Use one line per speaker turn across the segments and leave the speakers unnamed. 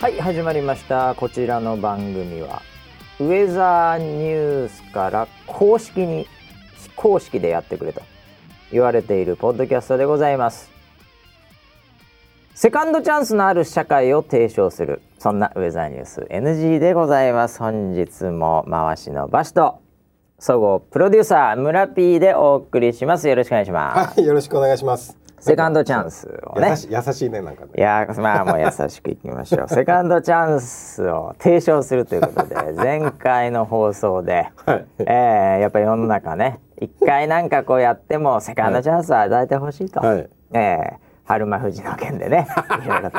はい始まりましたこちらの番組はウェザーニュースから公式に非公式でやってくれと言われているポッドキャストでございますセカンドチャンスのある社会を提唱するそんなウェザーニュース NG でございます本日も回しのバシと総合プロデューサー村 P でお送りしますよろしくお願いします
はい、よろしくお願いします。
セカンドチャンスをね
優しい優しいねなんか
い
ね。
やーまあもう優しくいきまし ょうセカンドチャンスを提唱するということで前回の放送で、
はい
えーやっぱ世の中ね一回なんかこうやってもセカンドチャンスは与えてほしいと、
はい
えー春馬富士の件でね いろいろと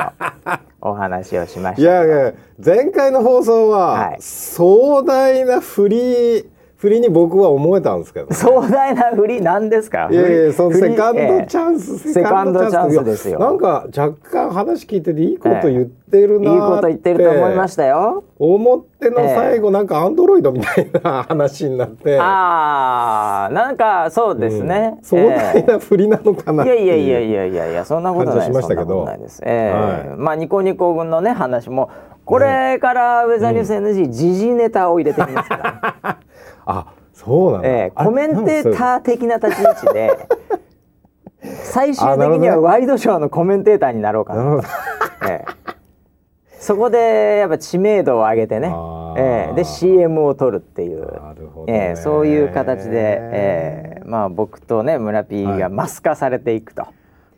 お話をしま
い
した
やいや前回の放送は、
はい
壮大な振り振りに僕は思えたんですけど。
壮大な振りなんですか
いやいやその
振り
セカンドチャンス、
えーセカンドチャンスですよ
いやなんか若干話聞いてていいこと言ってる
いい
なーって、
こと言ってると思いましたよ
思っての最後、なんかアンドロイドみたいな話になって、
あーなんかそうですね、
壮
え
大
ー
な振りなのか なっ
い
て
や
いう。
いやいやいやいやいやそんなことない
感じ
です
はしま
そ
し
ん
た
な
けど
ことないです。ええ
はい
まあニコニコ軍のね話もこれからウェザーニュース NG 時事ネタを入れてきます から、
あ、そうなんだ。
ええ
あれ
コメンテーター的な立ち位置で 最終
あ
的
なるほど
に
ね
はワイドショーのコメンテーターになろうか
な
な
る。ほど。
ええそこでやっぱ知名度を上げてね
あ、ー
ええで CM を取るっていう、
なるほどね
ええそういう形で、ええまあ僕とね村 P がマス化されていくと。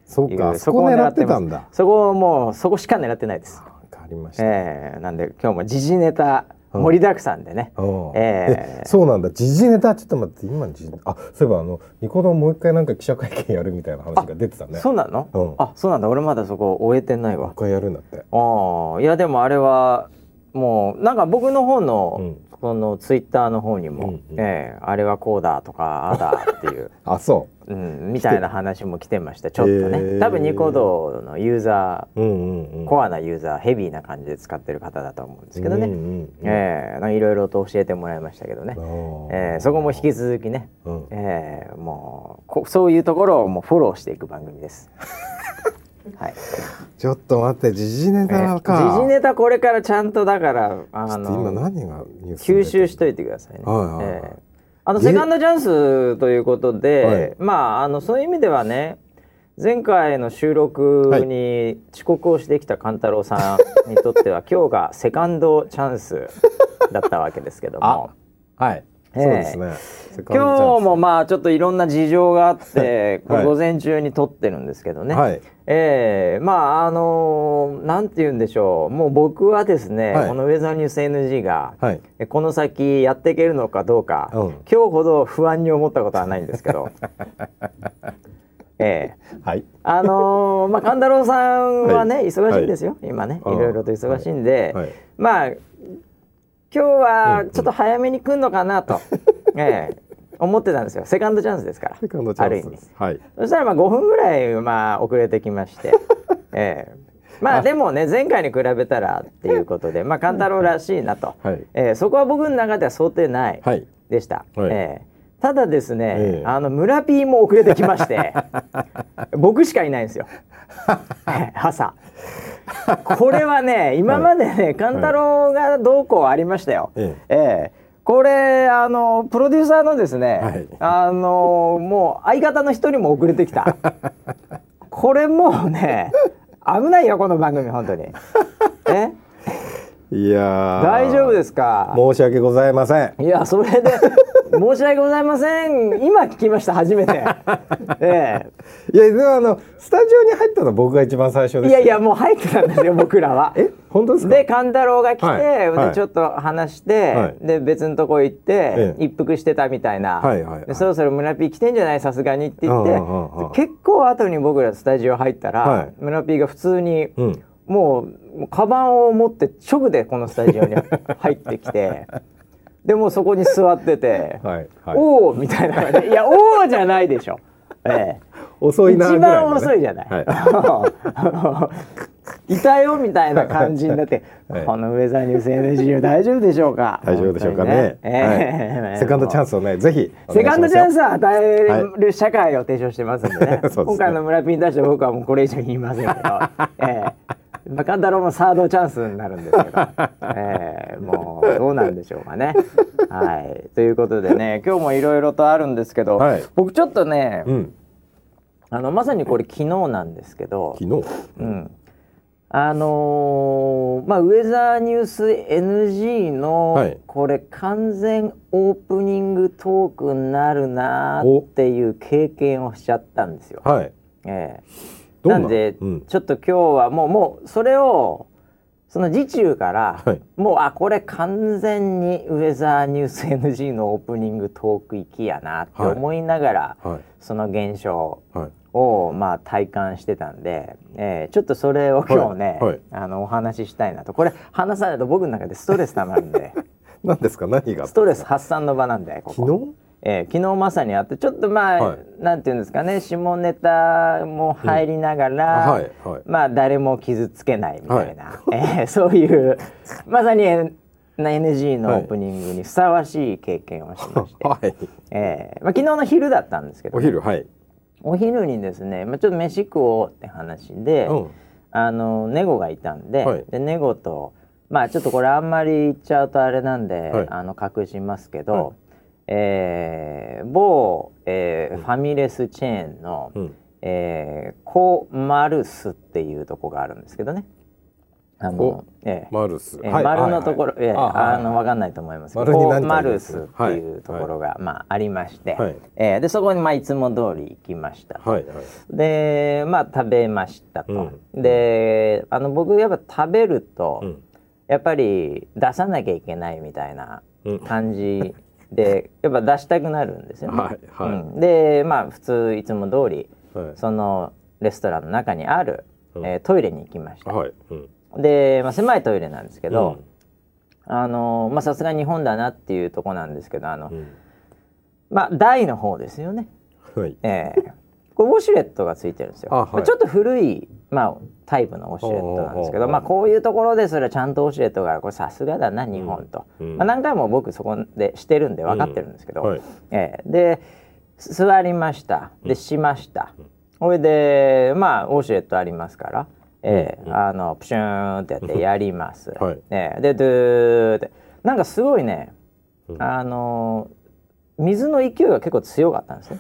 そう
い
か、
う
そこ狙ってたん
ま
だ。
すそこをもうそこしか狙ってないです
わかりました。
えー、なんで今日も時事ネタ盛りだくさんでね、
うん
え
え そうなんだ時事ネタちょっと待って今の時事あそういえばあのニコ動もう一回なんか記者会見やるみたいな話が出てた
ー
ね
そうなの、
うん
あそうなんだ俺まだそこ終えてない
もう
わ
一回やるんだって
あーいやでもあれはもうなんか僕の方の、
うん
このツイッターの方にも、
うんうん
えーあれはこうだとかああだって いう、
あそ
うん、みたいな話も来てましたちょっとね、
へー
多分ニコ動のユーザ
ううんうんう
ー
ん
コアなユーザーヘビーな感じで使ってる方だと思うんですけどね、
うんうんうん
ええなんかいろいろと教えてもらいましたけどね、
あ
ええそこも引き続きね、
うん
ええもうこそういうところをもうフォローしていく番組 です。はい、
ちょっと待って時事
え
ネ
え
タか
時事ネタこれからちゃんとだからあ
ちょっと
の
今何がニュース
吸収し
と
といてくださいね。
はいはいはい
ええあのセカンドチャンスということで、
はい
まああのそういう意味ではね前回の収録に遅刻をしてきた勘太郎さんにとっては、今日がセカンドチャンスだったわけですけども。
はい
ええ
そうですねセカンドチャンス
今日もまあちょっといろんな事情があって、こ
は
れ
い
午前中に撮ってるんですけどね、
はい
ええまああのーなんて言うんでしょうもう僕はですね、
はい
このウェザーニュース NG が、
はい
えこの先やっていけるのかどう か、
うん
今日ほど不安に思ったことはないんです けどええ
はい
あのーまあ勘太郎さんはね、忙しいんですよ、今ねい
あー
ろいろと忙しいんで、
はい
まあ今日はちょっと早めに来んのか なと、ええ思ってたんですよセカンドチャンスですから
セカンドチ
ある
ャ
意
ンス
味
ですはい
そしたらまあ5分ぐらいまあ遅れてきま して、ええまあでもね前回に比べたらっていうことでまあ勘太郎らしいなと、
はい
ええそこは僕の中では想定ない
はい
でした、
はい
ええただですね、
ええ
あの村 P も遅れてきまして 僕しかいないんですよ朝これはね今までね勘太郎がどうこうありましたよ、
え
ええこれあのプロデューサーのですね、
はい
あのもう相方の一人も遅れてき たこれもうね危ないよこの番組本当に え
いやー
大丈夫ですか
申し訳ございません
いやそれ で申し訳ございません今聞きました初め てえ
いやでもあのスタジオに入ったのは僕が一番最初
え
です
いやいやもう入ってたんですよ僕らは
え本当ですか
で勘太郎が来て、
はいはい
でちょっと話して、
はい
で別のとこ行って、
ええ
一服してたみたいな、
はいはいはい
でそろそろ村ピー来てんじゃないさすがにって言って、
うんうんうんうん
結構後に僕らスタジオ入ったら、
はい
村ピーが普通に、
うん
もうもうカバンを持って直でこのスタジオに入ってき てでもうそこに座ってて。
はいは
おおみたいなねいやおおじゃないでしょ、え
い遅
え、
いな
一
ぐらい
番
のね
遅いじゃない、
はい
い、たよみたいな感じになって、
はい
このウェザーニュース NG 大丈夫でしょうか
大丈夫でしょうかね
本当にええ
はいセカンドチャンスをねぜひお
セカ
願い
ン
し
ド
ます
チ
よ
ャンスを与える社会を提唱してますんでね。
そうですね
今回の村ピンに対して僕はもうこれ以上言いませんけど、ええバカ太郎もサードチャンスになるんですけど、えーもうどうなんでしょうかね。はい、ということでね今日もいろいろとあるんですけど、
はい
僕ちょっとね、
うん。
あのまさにこれ昨日なんですけど、
昨日。
うん、あのーまあウェザーニュース NG の、
はい
これ完全オープニングトークになるなーっていう経験をしちゃったんですよ。
はい。
ええ
どう
なんで、
うん。
ちょっと今日はもうもうそれをその時中から、
はい
もうあこれ完全にウェザーニュース NG のオープニングトーク行きやなって思いながら、
は
その現象
い。はい。
をまあ体感してたんで、えーちょっとそれを今日ね、
はいはい
あのお話ししたいなとこれ話さないと僕の中でストレスたまるん で
何ですか何が
ス。トレス発散の場なんでここ
昨日。
えー昨日まさにあってちょっとまあ、
はい
なんていうんですかね下ネタも入りながら、
はい。はい。
まあ誰も傷つけないみたいな、 えーそういうまさに N- NG のオープニングにふさわしい経験をしま して、
はい。
えーまあ、昨日の昼だったんですけど
お昼。はい。
お昼にですね、まあ、ちょっと飯食おうって話で、
うん。
あのネゴがいたんで,、
はい
でネゴとまあちょっとこれあんまり言っちゃうとあれなんで、
はい
あの隠しますけど、
は
えー某、えーファミレスチェーンの、
うん。
えーコマルスっていうとこがあるんですけどね。あの
コ
ええ
マルス。
えー丸のところ、ええあのわ
か
かんないと思いますけど、
丸に
コ
何か
マ
あり
ル
ます
スっ
ね
ていうところが、まあありまして、
はい
えーでそこにまあいつも通り行きました。
はい。はい。
でまあ食べましたと。であの僕やっぱ食べると、
うん。
やっぱり出さなきゃいけないみたいな
うん。
感 じでやっぱ出したくなるんですよね。
はいはい
うんでまあ普通いつも通り
はい。
そのレストランの中にある、
うん
えートイレに行きました。
はい。うん。
で、まあ、狭いトイレなんですけ
け
ど、。あのまあさすが日本だなっていうとこなんですけどあの、
うん。
まあ台の方ですよね。
はい。
ええこれウォシュレットがついてるんですよ。
あはい
まあ、ちょっと古い、まあ、タイプのウォシュレットなんですけど、
おーおーおー
まあ、こういうところですらちゃんとウォシュレットがあるこれさすがだな日本と、
うんうん
まあ、何回も僕そこでしてるんで分かってるんですけど、
うんはい
ええです座りましたでしました、それでまあウォシュレットありますから、ええあのプシューンってやってやります、
はい
ええでドゥーってなんかすごいね、
うん
あの水の勢いが結構強かったんですね。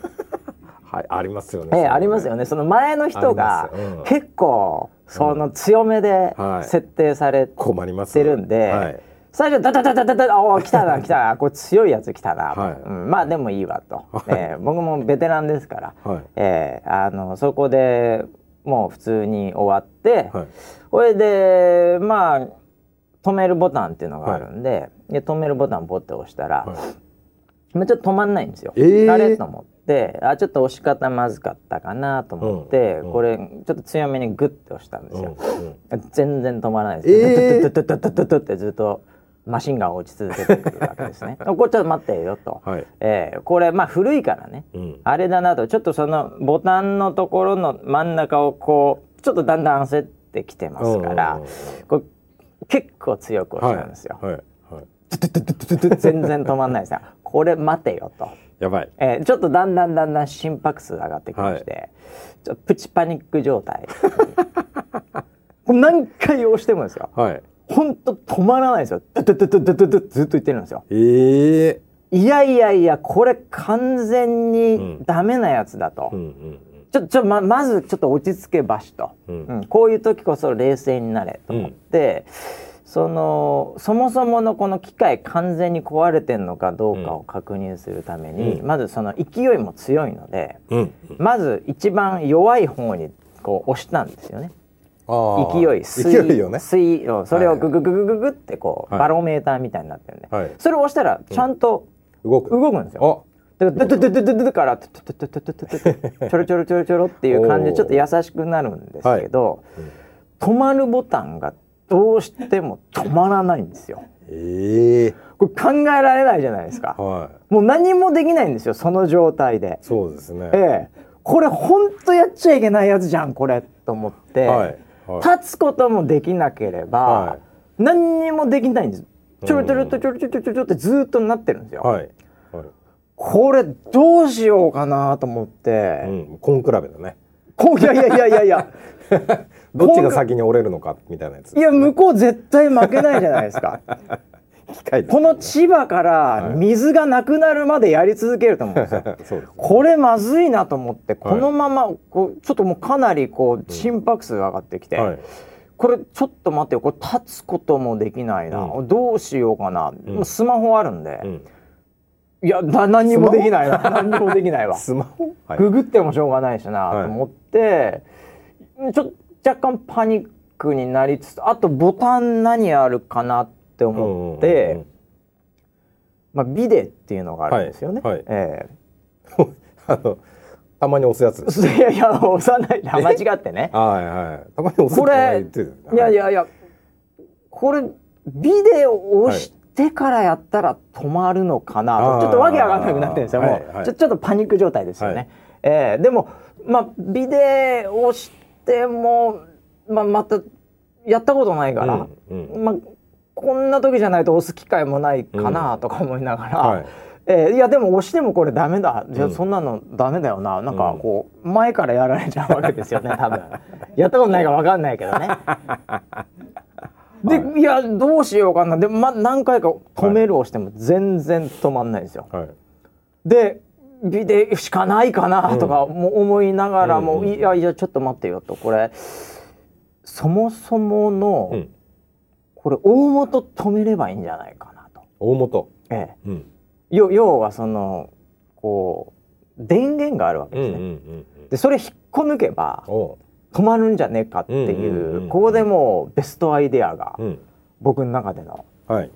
はい。ありますよね。
ええありますよねその前の人が
ありますようん
結構その強めで
はい
設定され
困ります。
てるんで、
はい。
最初ダダダダダダダおー来たな来たなこれ強いやつ来たな、
はい
うんまあでもいいわと、
はい
ええ僕もベテランですから、
はい
ええあのそこでもう普通に終わって、
はい。
それでまあ止めるボタンっていうのがあるんで,、で止めるボタンポッて押したら、
はい
まあ、ちょっと止まんないんですよ。
えー
あれと思ってあちょっと押し方まずかったかなと思って、
うんうん
これちょっと強めにグッて押したんで
う
す
ん
よ。
うん。
全然止まらないです。
えー
トゥトゥトゥトゥトゥトゥってずっとマシンガン落ち続けてくるわけ ですね。これちょっと待ってよと。
はい。
えーこれまあ古いからね、
うん
あれだなとちょっとそのボタンのところの真ん中をこうちょっとだんだん焦ってきてますから、
うんうんうん
これ結構強く押したんですよ。
はい。はい。
全然止まんないですよ。 これ待てよと。
やばい。
えーちょっとだんだんだんだん心拍数上がってきまして、ちょっとプチパニック状態 これ何回押してもですよ
はい。
ほんと止まらないですよドゥドゥドゥドゥドゥドゥずっと言ってるんですよ
ええ。
いやいやいやこれ完全にダメなやつだと、
うんうん
ちょちょままずちょっと落ち着けばしと、
うん
うんこういう時こそ冷静になれと思って、そのそもそものこの機械完全に壊れてんのかどうかを確認するために、
うん
まずその勢いも強いので、
うん。うん。
まず一番弱い方にこう押したんですよね
あー
勢い水
勢いよね。
水をそれをググググググってこう、
はい
バロメーターみたいになってるんで、
はい
それを押したらちゃんと
動く。
動くんですよ、
あ。
だからドゥドゥドゥドゥドゥドゥからトゥトゥトゥトゥトゥトゥトゥちょろちょろちょろちょろっていう感じで
おー
ちょっと優しくなるんですけど、止まるボタンがどうしても止まらないんですよ
ええ。
これ考えられないじゃないですか
は
もう何もできないんですよその状態で
い。そうですね。
ええ、これ本当やっちゃいけないやつじゃんこれと思って、
はいはい
立つこともできなければ、
は
何にもできないんですちょろちょろちょろちょろちょろちょろってずーっとなってるんですよ、
はい。はい。
これどうしようかなと思って、
うん。コンクラベだね。
こういやいやいやいやいや
どっちが先に折れるのかみたいなやつ
いや向こう絶対負けないじゃないですか
機械です
この千葉から水がなくなるまでやり続けると思うんですよ
そうですね
これまずいなと思ってこのままこうちょっともうかなりこう心拍数が上がってきて、
はい
これちょっと待ってよこれ立つこともできないな、
う
どうしようかな、
ん
もうスマホあるんで、
うん
いやな何にもできないな 何にもできないわ
スマホはい
ググってもしょうがないしなと
はい
思って、ちょっと若干パニックになりつつあとボタン何あるかなって思って、
うんうん
まあ、ビデっていうのがあるんですよね。
はいはい
え
うんうんあのたまに押すやつ
えいやいや押さないで間違ってね。
はいはいたまに押す
これ
って言ってるよ
い
ね
やいやいやこれビデを押してからやったら止まるのかなと、
はい
ちょっとわけわかんなくなってるんですよ、
あー
もう、
はいはい
ちょちょっとパニック状態ですよね、
はい
ええでもまあビデを押しても、まあ、またやったことないから、
うんうん
まあこんな時じゃないと押す機会もないかなとか思いながら、
はい
ええいやでも押してもこれダメだじゃあ
うん
そんなのダメだよな、なんかこう前からやられちゃうわけですよ ね多分やったことないから分かんないけどねで、い、やどうしようかなで、ま、何回か止める押しても全然止まんないんですよ、
はい
でビデしかないかなとかも思いながらも、
うんうん
いやいやちょっと待ってよとこれそもそもの、
うん
これ大元止めればいいんじゃないかなと。
大元
ええ
うん
要要はそのこう電源があるわけ
う
で
んう
す
ん
ね、
うん
でそれ引っこ抜けば
おう
止まるんじゃねえかっていう,、
うんうんうんうん
ここでもうベストアイデアが
うん
僕の中での
はい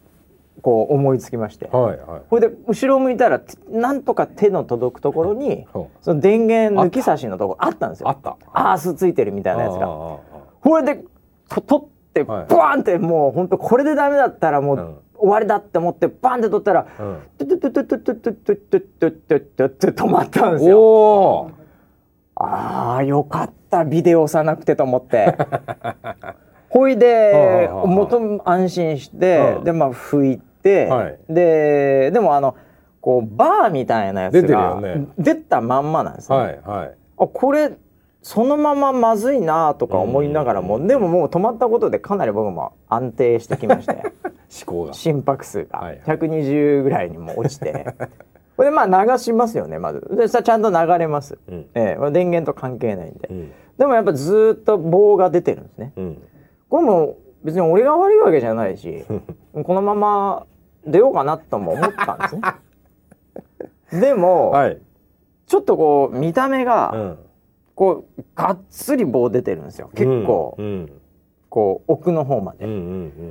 こう思いつきまして、
はいはい
これで後ろを向いたらてなんとか手の届くところに
おう
その電源抜き差しのところあったんです
あ
よ
った
アースついてるみたいなやつ
あ
が。
あああ
これでと取ってバ
はい
ーンってもう本当これでダメだったらもう
うん
終わりだって思ってバーンって取ったら
ああうん
トゥトゥトゥトゥトゥトゥトゥトゥトゥトゥトゥって止まったんですよ。
おお
ああよかったビデオ押さなくてと思って。ほいで
ああああ
元安心して
うん
でまあ拭いて、
はい
ででもあのこうバーみたいなやつ
出てるよ
が
ね
出たまんまなんですね。
はいはい
あこれそのまままずいなとか思いながらも、
うん
でももう止まったことでかなり僕も安定してきまして。
思考が
心拍数
は
が
い
120ぐらいにも落ちて、 これでまあ流しますよねまずでさちゃんと流れます、
うん
ええまあ電源と関係ないんで、
うん
でもやっぱずーっと棒が出てるんですね
うん
これも別に俺が悪いわけじゃない しこのまま出ようかなとも思ったんです ねでも、
はい
ちょっとこう見た目
う
が
ん
こうがっつり棒出てるんですよ結構、
うん
こう奥の方まで
うんう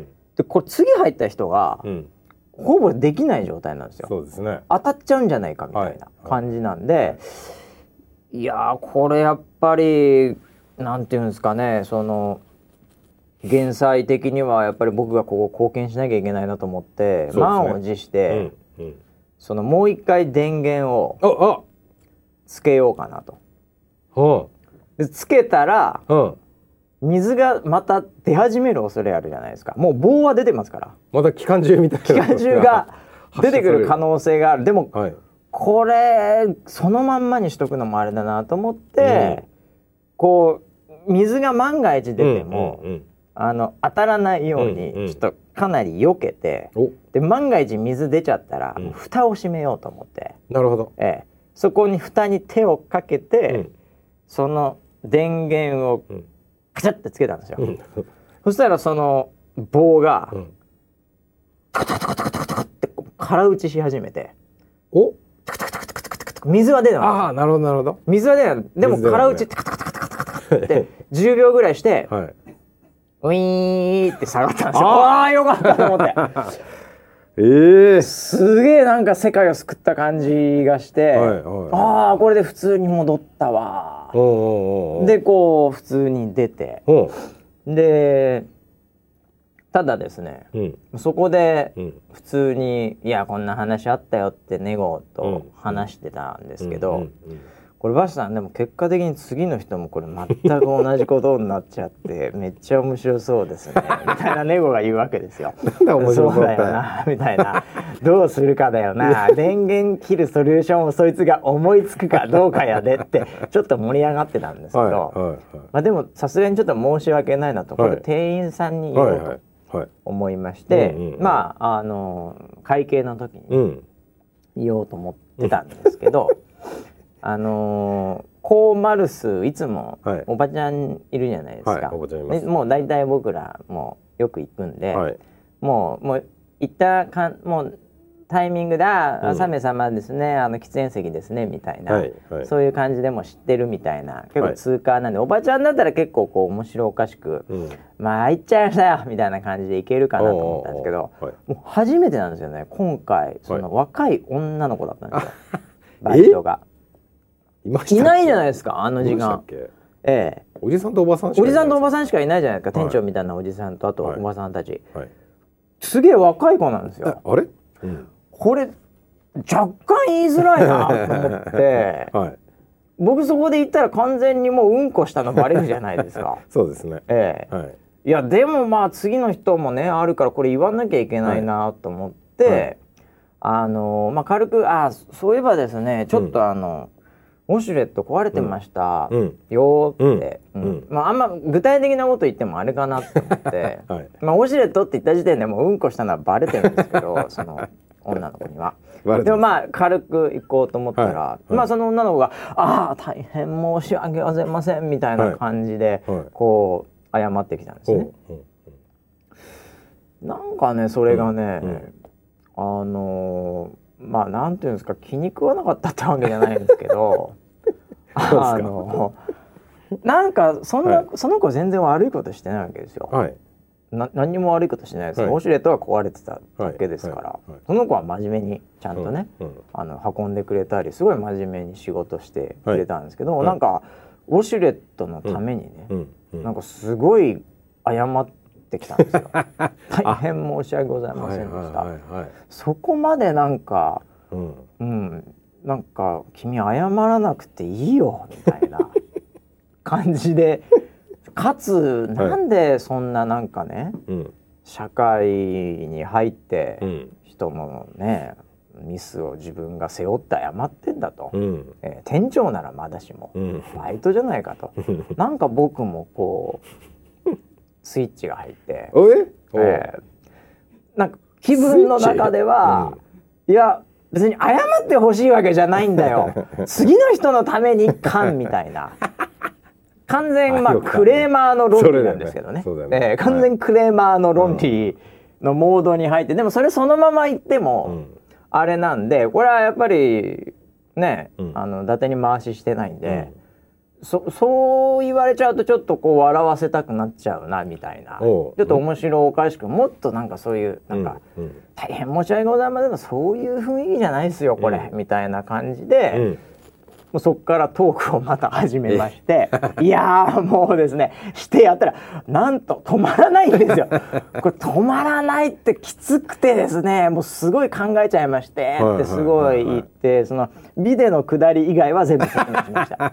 ん
でこれ次入った人が
うんうん
ほぼできない状態なんですよ
そうですね
当たっちゃうんじゃないかみたいな感じなんで、い、やーこれやっぱりなんていうんですかねその減災的にはやっぱり僕がここ貢献しなきゃいけないなと思って、
そうですね
満を持して、
うんうん
そのもう一回電源を
ああ
つけようかなと。
うん
でつけたら
うん
水がまた出始める恐れあるじゃないですかもう棒は出てますから
また期間中みたいな
機関銃が出てくる可能性があるでも
はい
これそのまんまにしとくのもあれだなと思って、
うん
こう水が万が一出ても、
うんうん
あの当たらないよう
うんう
に
ん
ちょっとかなり避けて、
お
で万が一水出ちゃったら、
うん
蓋を閉めようと思って、
なるほど
ええそこに蓋に手をかけて、
うん
その電源を
うん
カチャってつけたんですよ。
うん
そしたらその棒が
うん
空打ちし始めて
お
水は出てます
ああなるほどなるほど
水は出ないでも
水出な
空
いね
打ちってカタカタカタカタカタ って10秒ぐらいして、
はい
ウィーンって下がったんですよ。あ
あ
あーよかったと思 って。
ええ
すげえなんか世界を救った感じがして、
はいはい
ああこれで普通に戻ったわ
お。おお
でこう普通に出て
お
でただですね
うん
そこで
うん
普通に「いやこんな話あったよ」ってネゴ
う
と
ん
話してたんですけど、
うんうん
ここれバシさんでも結果的に次の人もこれ全く同じことになっちゃってめっちゃ面白そうですねみたいなネゴが言うわけですよ。
なんだ面白
そ
そうう
だ
って
よなみたいなどうするかだよな電源切るソリューションをそいつが思いつくかどうかやでってちょっと盛り上がってたんですけど、
はいはいはい
まあ、でもさすがにちょっと申し訳ないなとこ
は
れ
い
店員さんに言
は
お
いうは
と
いはい
思いまして、
うんうんうん
まああの会計の時に
うん
言おうと思ってたんですけど、あのー、コーマルスいつも
はい
おばちゃんいるじゃないですか、
はいおばちゃんいます
でもう大体僕らもうよく行くんで、
はい
もうもう行ったかんもうタイミングで「あー
うん
3名様ですねあの喫煙席ですね」みたいな、
はいはい
そういう感じでも知ってるみたいな結
は
構
い
通過なんで、おばちゃんだったら結構こう面白おかしく
うん
「まあ行っちゃいましたよ」みたいな感じでいけるかなと思ったんですけど。
おーおーおーはい
もう初めてなんですよね今回その若い女の子だったん ですよ、バ
え
イトが
いました
い
っけ
ないじゃないですかあの時
いました
間
っけ
ええ
おじさんとおばさんしか
おじさんとお
ば
ばさんしかいないじゃないですか、
はい
店長みたいなおじさんとあと
はい
おばさんたち、
さんはい
すげえ若い子なんです
あ
よ
あれうん
これ若干言いづらいなと思っ て
はい
僕そこで言ったら完全にもううんこしたのバレるじゃないですか
そうですね
ええ
はい
いやでもまあ次の人もねあるからこれ言わなきゃいけないなと思って、
はい
あのまあ軽く「あそそういえばですねちょっとあの、ウォシュレット壊れてました、
うん
よ」って、
うん
うん
うん
まああんま具体的なこと言ってもあれかなと思って、
はい
まあウォシュレットって言った時点でもううんこしたのはバレてるんですけ どその女の子には。
バレて
でも
ま
まあ軽く行こうと思ったら、
はい
まあその女の子が「ああ大変申し訳ございません」みたいな感じで、
はいはい
こう謝ってきたんです
す
ね。
ね
なんかねそれがね、
うん
あのーまあなんていうんですか気に食わなかったってわけじゃないんですけど あのなんかそんな、
はい
その子全然悪いことしてないわけですよ。
はい
な何にも悪いことしてないです、
はい
ウォシュレットが壊れてただけですから、
はいはいはい
その子は真面目にちゃんとね、
うんうん
あの運んでくれたりすごい真面目に仕事してくれたんですけど、
はい
なんかウォシュレットのためにね、
うんうん
なんかすごい謝ってきたんです よ。大変申し訳ございま
はい
せ
は
ん
い
でした。
はいはい
そこまでなんか、
うん
うん、なんか君謝らなくていいよみたい な感じで、かつなんでそんななんかね、
うん
社会に入って
うん
人のね、ミスを自分が背負って謝ってんだと。
うん
えー店長ならまだしも、
うん
バイトじゃない かと。なんか僕もこうスイッチが入って、
おえお
えーなんか気分の中では、いや別に謝ってほしいわけじゃないんだ よ次の人のために勘みたいな完全ま
あ
あ
よくある
クレーマーの論理なんですけどね
そうだよねそうだよね
えー完全クレーマーの論理のモードに入って、でもそれそのまま言っても、
うん
あれなんでこれはやっぱりね、
うん
あの伊達に回ししてないんで、
う
そそう言われちゃうとちょっとこう笑わせたくなっちゃうなみたいなち
お
ょ
う
っと面白おかしくもっとなんかそういうなんか、
うんうん
大変申し訳ございませんがそういう雰囲気じゃないですよこれ、みたいな感じで、
う
も
ん
うそこからトークをまた始めまして いやーもうですねしてやったらなんと止まらないんですよこれ止まらないってきつくてですねもうすごい考えちゃいまして
はい
ってすごい言ってそのビデの下り以外は全部説明しま した。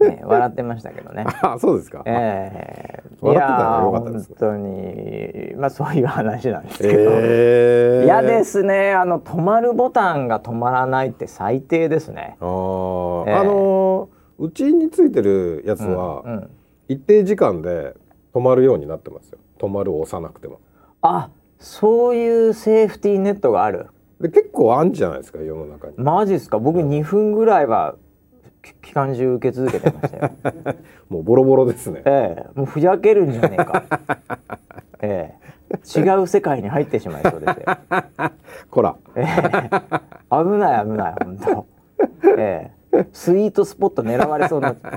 ね、笑ってましたけどね。
あそうですか
ええ
笑ってたらよかった
い
で
や
す
ー本当にまあそういう話なんですけど。
ええ
いやですね、あの止まるボタンが止まらないって最低ですね。
あー
ええ
あのーうちについてるやつ
う
は
ん、
一定時間で止まるようになってますよ止まるを押さなくても
あ、そういうセーフティーネットがある。
で結構あんじゃないですか世の中に
マジですか。僕2分ぐらいはき期間中受け続けてましたよ。
もうボロボロですね
ええ、もうふざけるんじゃねえか。ええ、違う世界に入ってしまいそうですよ。
こら
ええ、危ない危ない本当。ええ、スイートスポット狙われそうになっちゃう。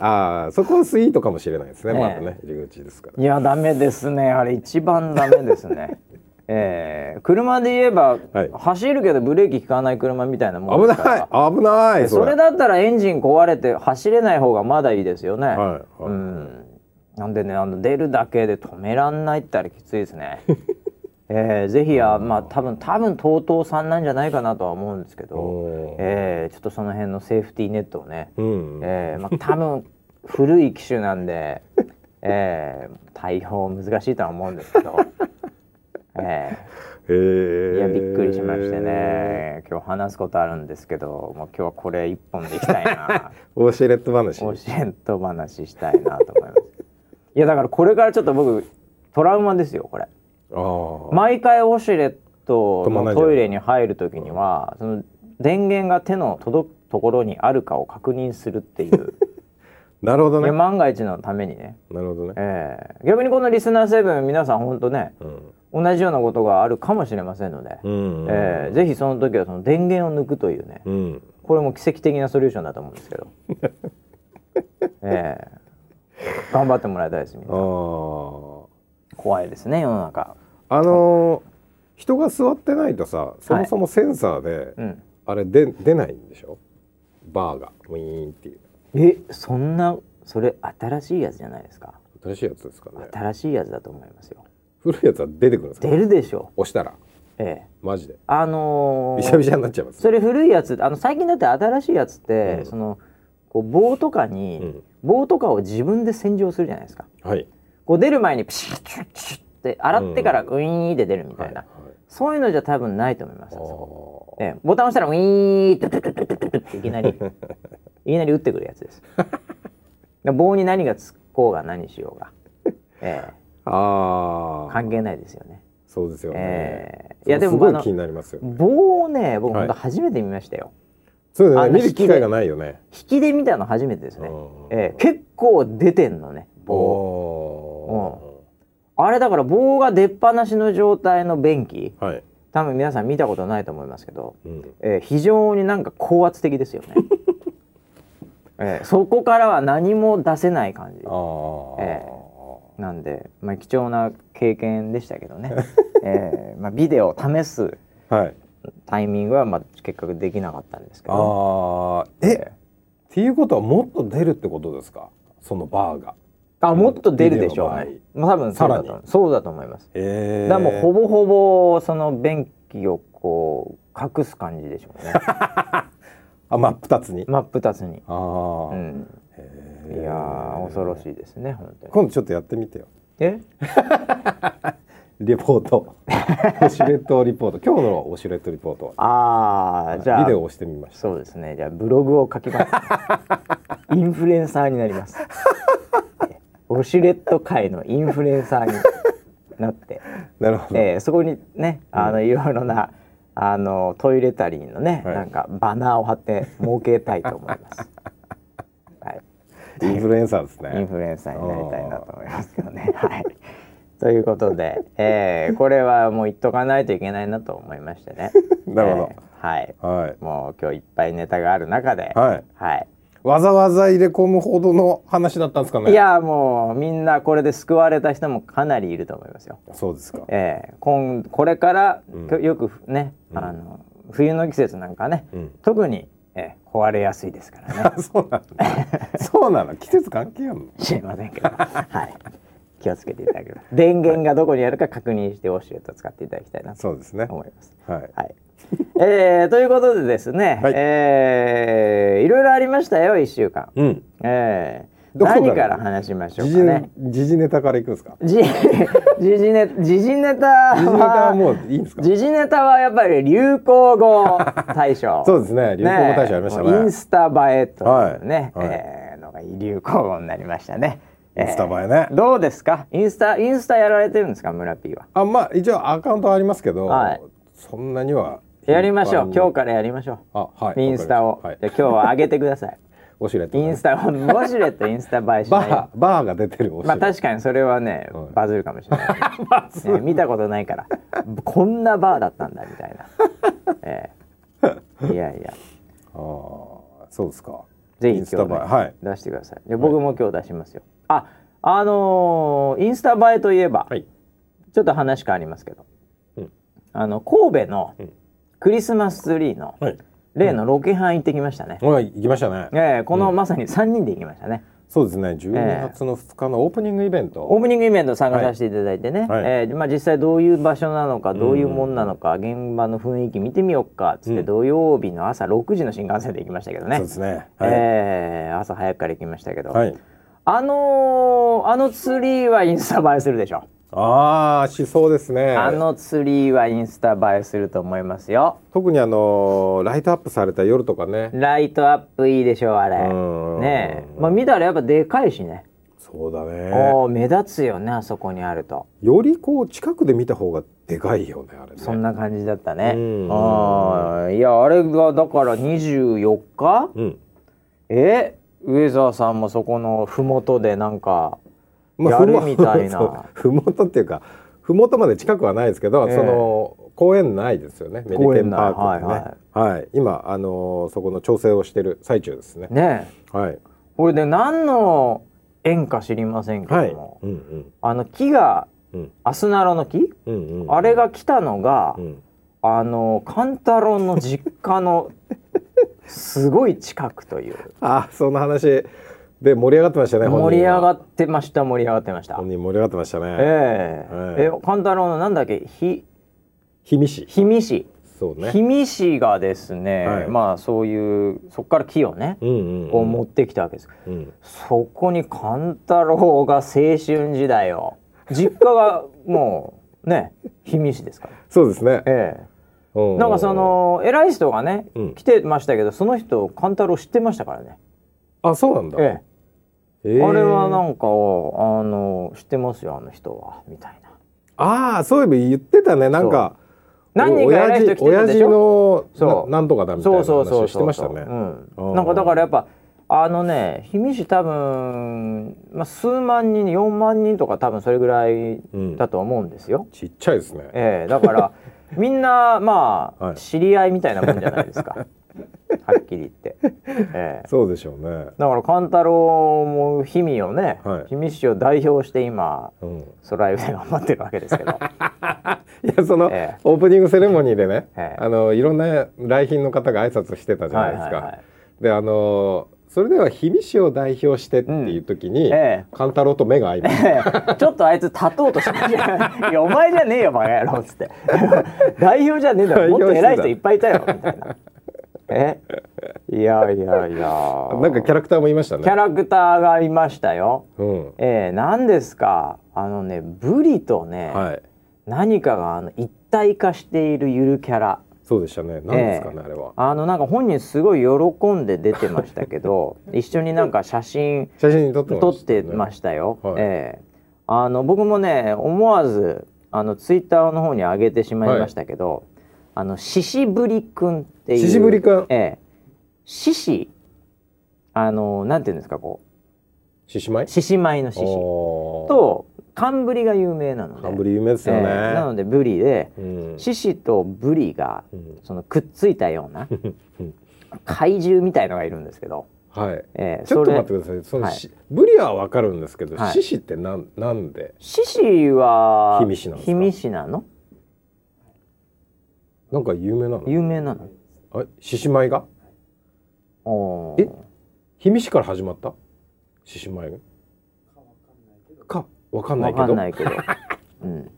あーそこはスイートかもしれないですね、
ええ
まだね入り口ですから
いやダメですねあれ一番ダメです ねえー、車で言えば、
はい
走るけどブレーキ効かない車みたいなもん
危
で
ない
すから
危ない
それだったらエンジン壊れて走れない方がまだいいですよね、
はいはい
うんなんでねあの出るだけで止めらんないったらきついですねえーぜひやまあ多分多分 TOTO さんなんじゃないかなとは思うんですけど、
おー
えーちょっとその辺のセーフティーネットをね、
うん
えーまあ、多分古い機種なんで、えー対応難しいとは思うんですけど、 え
へー
ーいやびっくりしましてね今日話すことあるんですけどもう今日はこれ一本でいきたい な
オーシェレット話
教えんと話したいなと思いますいやだからこれからちょっと僕トラウマですよこれ。
あー
毎回ウォシュレット
止まん
の
ないじゃん
トイレに入るときにはその電源が手の届くところにあるかを確認するっ ていう
なるほど
い
ね
や万が一のためにね、
なるほどね
ええ逆にこのリスナーセブン皆さん本当ね
うん
同じようなことがあるかもしれませんので、
うん
ええぜひその時はその電源を抜くというね
うん
これも奇跡的なソリューションだと思うんですけ ど、ええ頑張ってもらいたいですみん
あ
な
ー
怖いですね世の中
あのー人が座ってないとさそもそもセンサーで
うん
あれで出ないんでしょバーがウィーンっていう
えそんなそれ新しいやつじゃないですか
新しいやつですかね
新しいやつだと思いますよ
古いやつは出てくるんですか
出るでしょ
押したら
ええ
マジで
あのー
びしゃびしゃになっちゃいます
それ古いやつあの最近だって新しいやつって、
うん
そのこう棒とかに、
うん
棒とかを自分で洗浄するじゃないですか
はい
こう出る前にピシュッピシュッピシュッって洗ってからウィーンって出るみたいな、
はいはい
そういうのじゃ多分ないと思います
あー
ええ、ボタン押したらウィーンってトゥトゥトゥトゥトゥっていきなりいきなり打ってくるやつです棒に何がつこうが何しようが、ええ、
あー
関係ないですよね
そうですよね、
えーい
い
や
やで
でも
もすご
あ
い
の
気になりますよね
棒をね僕
はい
本当初めて見ましたよ、
そうだ
あ
ね
の
見る機会がないよね
引きで見たの初めてですね、
うん
ええ結構出てんのね棒
お
あれだから棒が出っ放しの状態の便器
ーはい、
多分皆さん見たことないと思いますけど、
うん、
ええ非常になんか高圧的ですよね、 ええ、そこからは何も出せない感じ
ああ、
えなんで、まあ、貴重な経験でしたけどね、 ええまあ、ビデオを試す
はい
タイミングはまあ結局できなかったんですけど
あーえっていうことはもっと出るってことですかそのバーが
あもっと出るでしょう
ビ
ね
デ。
もう多分そうだと
さら
思うそうだと思います。
ええ
だからもうほぼほぼその便器をこう隠す感じでしょ うね。
あ真っ二つに
真っ二つに。
あ
う
あ、
ん。
へ
い
ー
やー恐ろしいですね本当に。
今度ちょっとやってみてよ
え？
レポー トオシュレットリポート今日のオシュレットリポートは
ああじゃあ
ビデオを押してみました
そうですね。じゃあブログを書きます。 インフルエンサーになります。ウォシュレット界のインフルエンサーになって。
なるほど、
えーそこにねあのいろいろな、あのトイレタリーのね、
はい
なんかバナーを貼って儲けたいと思い ます、はい、
インフルエンサーです
イン
ね
フルエンサーになりたいなと思いますけどねはいということで、えーこれはもう言っとかないといけないなと思いましてね
なるほど
えーはい
はい
もう今日いっぱいネタがある中では
はいい、わざわざ入れ込むほどの話だったんですかね
いやもうみんなこれで救われた人もかなりいると思いますよ
そうですか
えー、今これから、
うん
きょよくね、あの冬の季節なんかね、
うん
特に、えー壊れやすいですからね
そうなのそうなの季節関係あるの
知りませんけど、はい、気をつけていただければ電源がどこにあるか確認してウォシュレットを使っていただきたいなと
そうですね
思います。
はい
はいえー、ということでですね、
はい
えーいろいろありましたよ1週間、
うん
えー
どこから
何から話しましょう
時
か
事
ね
時事ネタからいくんですか
じ時事ネ時事ネタは
時事ネタはもういいんですか
時事ネタはやっぱり流行語大賞
そうですね流行語大賞ありましたね
えインスタ映えというね、
はいはい
えーのが流行語になりましたね
インスタ映えね
ーどうですかインスタインスタやられてるんですか村 P は
あまあ一応アカウントはありますけど、
はい
そんなには
やりましょう今日
か
からやりましょう
あはい
インスタを、
はい
じゃあ今日は上げてください
オシュレット
イ
ね
ンスタをウォシュレットインスタ 映えしないよ
バーバーが出てるオシュ
ま
レ
あ
ット、
確かにそれはね、
はい
バズるかもしれない、 えー見たことないからこんなバーだったんだみたい な、えーいやいや
ああそうですか
ぜひ
イ
今
ンス
日
タ映え
ね、
はい
出してください。で僕も今日出しますよ。あ、あのーインスタ映えといえば、
はい
ちょっと話変わりますけど、
うん
あの神戸の
うん
クリスマスツリーの
はい
例のロケハン行ってきましたね。
はい行きましたね
ええこのまさに3人で行きましたね。
そうですね12月の2日のオープニングイベント、
オープニングイベント参加させていただいてね、
はい
えーまあ、実際どういう場所なのか
ん
どういうもんなのか、現場の雰囲気見てみようかっつって、
うん
土曜日の朝6時の新幹線で行きましたけどね、
そうですねはい、
えー朝早くから行きましたけど、
はい、
あのーあのツリーはインスタ映えするでしょ、
ああしそうですね
あのツリーはインスタ映えすると思いますよ
特にあのライトアップされた夜とかね
ライトアップいいでしょあれ
うん
ねえ、まあ、見たらやっぱでかいしね、
そうだね
おー目立つよねあそこにあると
よりこう近くで見た方がでかいよねあれね
そんな感じだったね、
うん
あーいやあれがだから24日
うん
え上澤さんもそこの麓でなんかや
ふも
るみたいな
そうふもとっていうかふもとまで近くはないですけど、
ええ
その公園内ですよねメリ
公
ケ
園
ン
内
パークのねはい、今あのーそこの調整をしてる最中ですね
ねえ
はい
これで何の縁か知りませんけど
はい
も、
うんうん
あの木が
うん
アスナロの木、
うんうん
あれが来たのが、
うん
あのカンタロウの実家 のすごい近くという
あその話で盛り上がってましたね
盛り上が
っ
ってました盛り上がってました
本。人盛り上がってましたね
ええ
ええ
えカンタロウのなんだっけひ
氷見市
氷見市
そうね
氷見市がですね、
はい
まあそういうそこから木をね、
うんうんうん
こう持ってきたわけです
うん
そこに勘太郎が青春時代を実家がもうね 氷見市ですから、
そうですね
え
う
え、なんかその偉い人がね、
うん
来てましたけどその人勘太郎知ってましたからね、
あそうなんだ
え
え
え
ー
あれはなんかあの知ってますよあの人はみたいな
ああそういえば言ってたねなんか
何人か偉い人来てた
親
で
父
しょ
の
そう
ななんとかだみた
そ
い
う
な
そうそう
話し
そう
てましたね
う、
うんん
なんかだからやっぱあのね氷見市多分、まあ、数万人4万人とか多分それぐらい
うん
だと思うんですよ、
ちっちゃいですね
ええだから みんなまあ、
はい
知り合いみたいなもんじゃないですかはっきり言って、ええ
そうでしょうね
だから勘太郎も氷見をね
はい
氷見、市を代表して今
うんい
空ライブで頑張ってるわけですけど
やその
ええ
オープニングセレモニーでね
ええ
あのいろんな来賓の方が挨拶してたじゃないです
はいはいは
か
い
であのそれでは氷見市を代表してっていう時に
ええ
勘太郎と目が合いました
ええ ちょっとあいつ立とうとしてたじゃんいやお前じゃねえよバカ野郎」っつって 「代表じゃねえだろもっと偉い人いっぱいいたよ」みたいな。えいやいやいや
なんかキャラクターもいましたね
キャラクターがいましたよ。
うん
ええ何ですかあのねブリとね、
はい
何かがあの一体化しているゆるキャラ
そうでしたね何ですかねあれは
あのなんか本人すごい喜んで出てましたけど 一緒になんか写真
写真に撮って
撮って
ま
ま
し
したよ。
はい
ええあの僕もね思わずあのツイッターの方に上げてしまいましたけど、あのシシブリくんっていう
シシブリくん
ええシシあのなんていうんですかこ
た獅子舞
う獅子舞の獅子
と
と寒ブリが有名なので
寒ぶり有名ですよ
え
ね
えなのでブリで
うん
獅子とブリが
うん
そのくっついたような
うん
怪獣みたいのがいるんですけど、
はい
ええ
ちょっと待って
それ
ください。その、
はい
しブリはわかるんですけど、
はい
獅子ってなんなんで？
獅子は
氷見市なんですか
氷見市なの
なんか有名なの？
有名なの
あ、獅子舞が？
お
え氷見市から始まった？獅子舞が？かわかんない
わ
けど。
かんない けど。うん、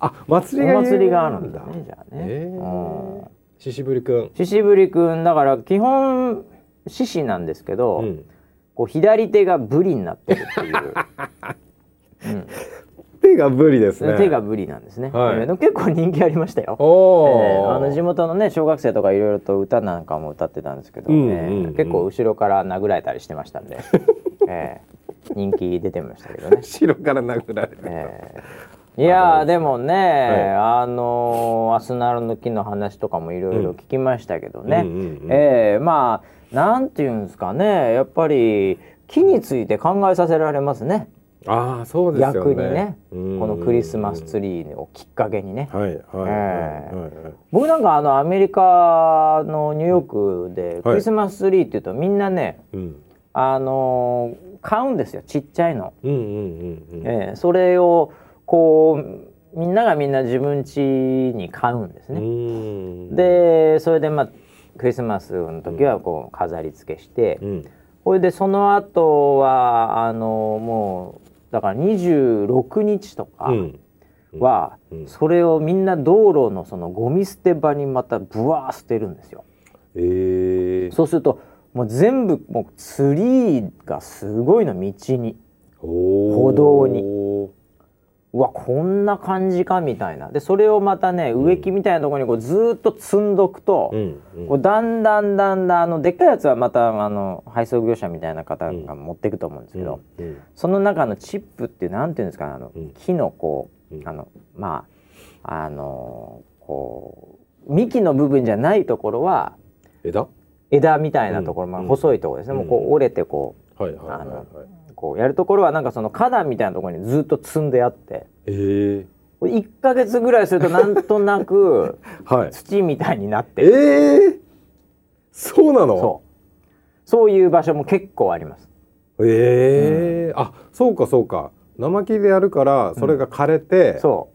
あ、祭りが
お
有名
祭りがあるんだ
なん
ねじゃあ
へ
ね
え
うん。
獅子ぶりくん。
獅子ぶりくんだから基本獅子なんですけど、
うん。
こう左手がブリになってるって いう、
手がブリです
うん
ね。
手が。ブリなんですね、
は
え
い
ーでも結構人気ありましたよ、
お
え
お、
ーあの地元のね小学生とかいろいろと歌なんかも歌ってたんですけど、
うんうん
えー
うん
結構後ろから殴られたりしてましたん で、えー人気出てましたけどね
後ろから殴られる。
えーいやーでもね、
い
あのーアスナルの木の話とかもいろいろ聞きましたけどね、
うんうんうん
えーまあなんていうんですかねやっぱり木について考えさせられますね
ああ、そうですよ
逆
ね。
にねこ
うん
のクリスマスツリーをきっかけにね
はいはいはい
えー
はいはい。
僕なんかあのアメリカのニューヨークでクリスマスツリーっていうとみんなね、
うん
あのー買うんですよちっちゃいの。
うんうんうんうん。
ええそれをこうみんながみんな自分家に買うんです
う
ね。
ん。
でそれでまあクリスマスの時はこう飾り付けして、
うん。
これでその後はあのもうだから26日とか
うん
は、
うん
それをみんな道路のそのゴミ捨て場にまたぶわー捨てるんですよ。
えー、
そうするともう全部もうツリーがすごいの道に。
歩
道にうわこんな感じかみたいなでそれをまたね植木みたいなところにこうずーっと積んどくと、
うんうん
こうだんだんだんだんあのでっかいやつはまたあの配送業者みたいな方が持っていくと思うんですけど、
うん
その中のチップっていうなんていうんですかねあの、
うん
木のこう
うん
あのまああのこう幹の部分じゃないところは
枝は
枝みたいなところ、
うん
まあ、細いところですね、
う
も
ん
うこう折れてこう
いはいは
あ
いは
の
い
こうやるところはなんかその花壇みたいなところにずっと積んであって。
えー、
1ヶ月ぐらいするとなんとなく
はい
土みたいになって
え
る
ー、そうなの
そうそういう場所も結構あります
ええあそうかそうか生木でやるからそれが枯れて、
そ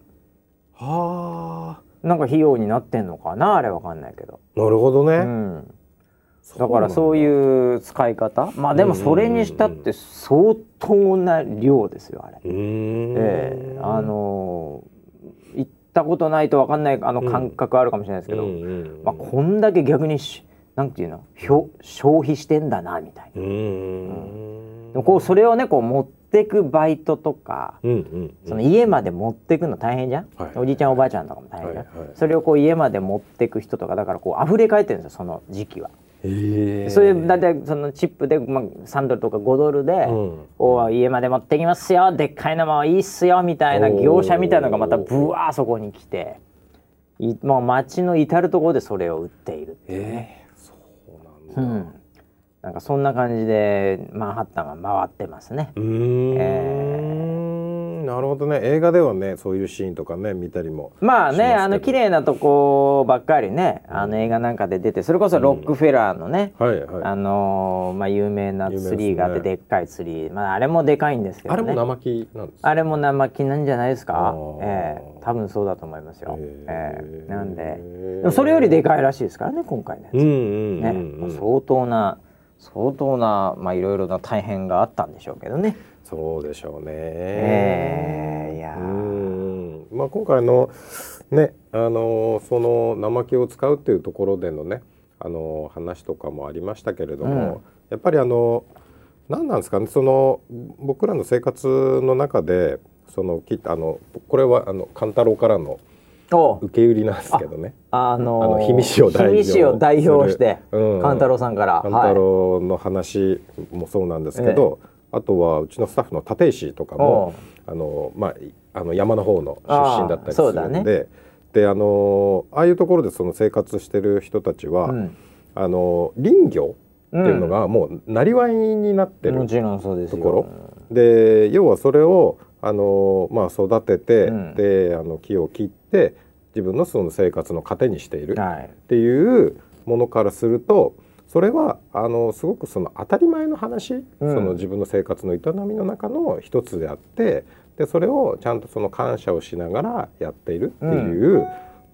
はあ
うなんか費用になってんのかなあれわかんないけど、
なるほど
う
ね、
ん、だからそう
う
いう使い方まあでもそれにしたって相当な量ですよあれ、
なんだうーん
ええあのー行ったことないとわかんないあの感覚あるかもしれないですけど、
うんうんうん
まあ、こんだけ逆にしなんていうのひょ消費してんだなみたいな。
うーん
でもこうそれをねこう持ってくバイトとか、
うんうんうん
その家まで持ってくの大変じゃん、
はい
おじいちゃんおばあちゃんとかも大変じゃん、
はいはい
それをこう家まで持ってく人とかだからこう溢れ返ってるんですよその時期は。
ええ
それだいたいそのチップで、まあ、3ドルとか5ドルで、
うん
おー家まで持ってきますよでっかいのもいいっすよみたいな
おー
業者みたいなのがまたブワーそこに来ていもう街の至る所でそれを売っているっていうね。
ええそうなんだ
うん、なんかそんな感じでマンハッタンが回ってますね。
うーん、なるほどね映画ではねそういうシーンとかね見たりも
まあ
します
ね
けど
あの綺麗なとこばっかりね、あの映画なんかで出てそれこそロックフェラーのね、
はいはいあ
あのーまあ、有名なツリーがあって
有名
でっかいツリー、まあ、あれもでかいんですけどね
れも生木なんです
あれも生木なんじゃないです
あ
か
ー、
ええ多分そうだと思いますよ、え
へ
え
ー
なんででもそれよりでかいらしいですからね今回のやつ
うんうんうん、
ね
うん
まあ
そう
相当な相当なまあいろいろな大変があったんでしょうけどね
でしょうね、
ええいや
う
ー
んまあ今回のねあのーその生木を使うっていうところでのねあのー話とかもありましたけれども、
うん
やっぱりあの何なんですかねその僕らの生活の中でそのきあのこれはあの勘太郎からの
お
受け売りなんですけどね
あ
あ
の
の
ー、
氷見市を代表
氷見市を代表して
するうん
勘太郎さんから、
勘太郎の話もそうなんですけど、あとはうちのスタッフの立石とかも
おう
あのまあいあの山の方の出身だったりする
あーそ
ん
うだ
で、であのああいうところでその生活してる人たちは、
うん
あの林業っていうのがもうなりわいになってる、
もちろんそうですよ
ところで要はそれをあのまあ育てて、
うん
であの木を切って自分のその生活の糧にしている
はい
っていうものからするとそれはあのすごくその当たり前の話、その自分の生活の営みの中の一つであってでそれをちゃんとその感謝をしながらやっているっていう、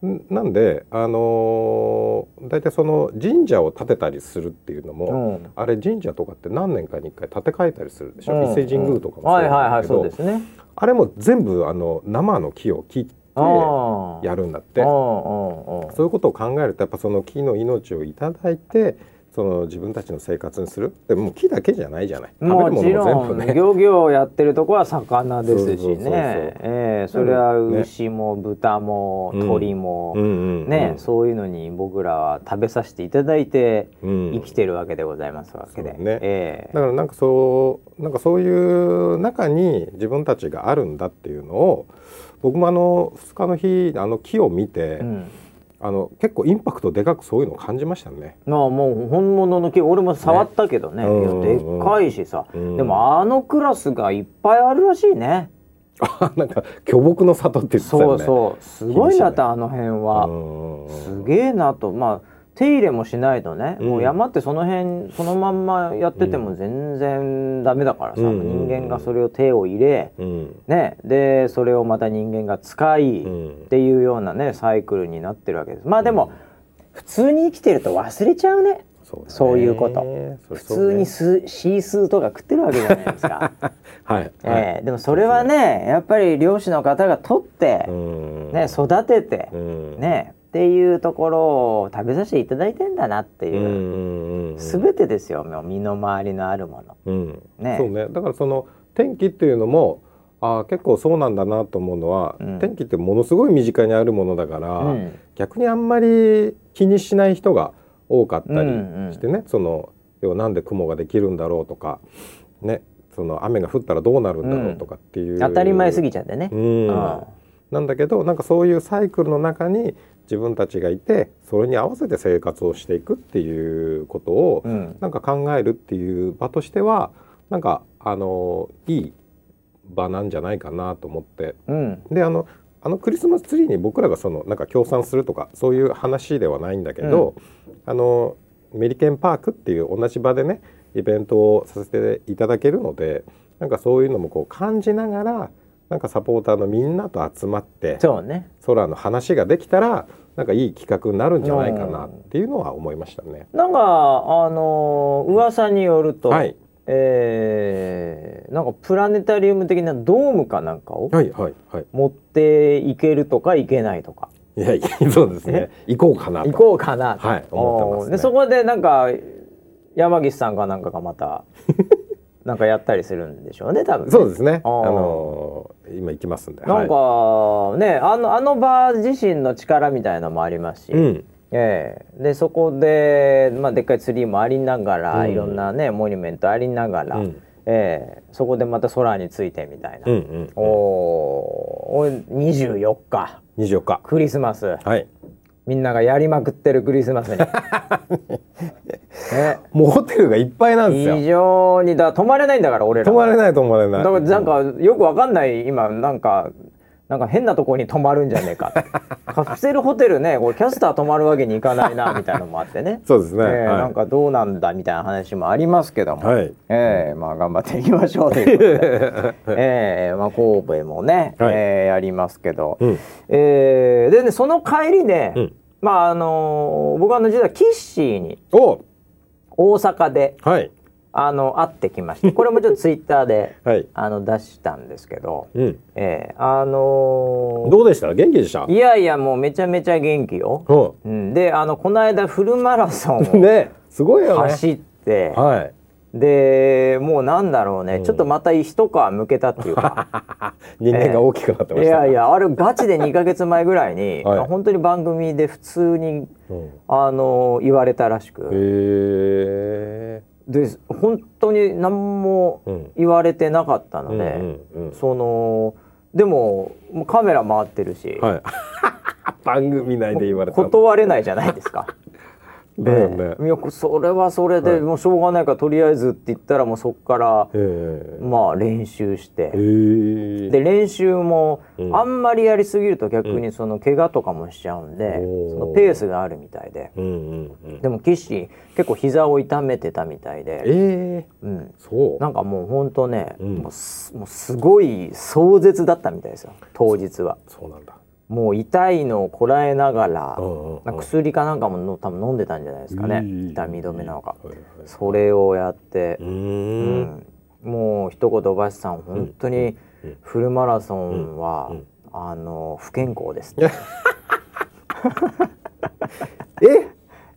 んなんで、あのー、大体その神社を建てたりするっていうのも、
うん
あれ神社とかって何年かに一回建て替えたりするでしょ、
うん
伊勢神宮とかも
は
ないんだ
はいはい
け
そう
ど
ですね
あれも全部あの生の木を切って
あ
や
っ
るんだって
うんうんうん
そういうことを考えるとやっぱその木の命をいただいてその自分たちの生活にするでも木だけじゃないじゃない
もちろ
も
ん、漁業をやってるとこは魚ですしね
そうそうそうそう
ええそれは牛も豚も
うん
鳥も、
うんうんうん
ね、そういうのに僕らは食べさせていただいて
うん
生きてるわけでございますわけで、
そうだね
ええ
だからなんかそうなんかそういう中に自分たちがあるんだっていうのを僕もあの2日の日あの木を見て、
うん
あの結構インパクトでかくそういうのを感じまし たね。
まあもう本物の木俺も触ったけどね
ね
いや
うん
でっかいしさ、
うん
でもあのクラスがいっぱいあるらしいね
あなんか巨木の里って言ってた
そ
よ
う
ね。
そうすごいなとあの辺は、すげえなとまあ手入れもしないとね、
うん
もう山ってその辺そのまんまやってても全然ダメだからさ、
うんうんうん
人間がそれを手を入れ
え。うん。
ねでそれをまた人間が使い、
うん
っ。ていうようなねサイクルになってるわけですまあでも、普通に生きてると忘れちゃうね
そうだね
そういうこと。
それ
普
そう
通
ね
にスシースーとか食ってるわけじゃないです か。
はい、はい
ええでもそれはねやっぱり漁師の方が取って
う、ん
ね、育てて、
うん
ねっていうところを食べさせていただいてんだなって
うんう
いう、
んうん
全てですよもう身の回りのあるもの。
うん
ね
そうねだからその天気っていうのもあー結構そうなんだなと思うのは、
うん
天気ってものすごい身近にあるものだから、
うん
逆にあんまり気にしない人が多かったりしてね、その要はなんで雲ができるんだろうとかねその雨が降ったらどうなるんだろうとかっていう、
当たり前すぎちゃってね
う。、
うんん
なんだけどなんかそういうサイクルの中に自分たちがいてそれに合わせて生活をしていくっていうことを、
うん
なんか考えるっていう場としてはなんかあのいい場なんじゃないかなと思って
うん
であのあのクリスマスツリーに僕らがそのなんか協賛するとかそういう話ではないんだけど、あのメリケンパークっていう同じ場でねイベントをさせていただけるのでなんかそういうのもこう感じながらなんかサポーターのみんなと集まって
そうね
空の話ができたらなんかいい企画になるんじゃないかなっていうのは思いましたね。
なんかあのー噂によると、
はい、
えーなんかプラネタリウム的なドームかなんかを
はいはいはい
持っていけるとかいけないとか
いやいやそうですね行こうかなと
行こうかなと
はい思ってますね
でそこでなんか山岸さんかなんかがま たなんかやったりするんでしょうね多分ね
そうですねあ
あー
のー今行きますんで
なんか、
は
ねあのあの場自身の力みたいのもありますし、
い、うん
ええでそこで、まあ、でっかいツリーもありながら、
うん
いろんなねモニュメントありながら、
うん
ええそこでまた空についてみたいな、
うんうん
おおー24日
24日
クリスマス
はい
みんながやりまくってるクリスマス に、ね、
もうホテルがいっぱいなんです
非
よ
常にだ泊まれないんだから俺ら
泊まれ
い
ない泊まれない
だからなんかよくわかんない今なんかなんか変なところに泊まるんじゃねえ かカプセルホテルねこれキャスター泊まるわけにいかないなみたいなのもあって ね
そうですね、
え
はい
ーなんかどうなんだみたいな話もありますけども、
はい
えーまあ頑張っていきましょうと いうことで、えーまあ、神戸もね、
はい
えーやりますけど、
うん
えーでねその帰りね、
うん
まああのー僕はあの実はキッシーに
お
大阪で
はい
あの会ってきま してこれもちょっとツイッターで
はい
あの出したんですけど、
うん
えーあの
どうでした元気でした
ーいやいやもうめちゃめちゃ元気よ。
う
うん、であのこの間フルマラソン
ん
を
ねすごいよね
走って、
はい
でもうなんだろうね、
ん
ちょっとまた一皮むけたっていう か
人間が大きくなってま
い
した、
やいやあれガチで2ヶ月前ぐらいに、
はい
あ本当に番組で普通に
うん、へ
あの言われたらしく
え
で本当に何も
うん
言われてなかったの
うんう
で、
んうん
そのでももうカメラ回ってるし、
はい 番組内で言われた
断れないじゃないですか。
だよ ね、
いやそれはそれ
は
で
い
もうしょうがないからとりあえずって言ったらもうそこから
えー
まあ練習して
えー
で練習も
うん
あんまりやりすぎると逆にその怪我とかもしちゃうんで
おー
そのペースがあるみたいで
うんうんうん
でも岸結構膝を痛めてたみたいで、
え
う
え
ん、
そう
なんかもうほんとね、
うん
もうすもうすごい壮絶だったみたいですよ当日は
そうなんだ
もう痛いのをこらえながら
うんうんうん
なんか薬かなんかもの多分飲んでたんじゃないですかね
いい
痛み止めなのか
はいはい
それをやって
う、
う
ーん
んもう一言ばしさん本当に
うんうん
フルマラソンは、
うんうん
あの不健康です、
え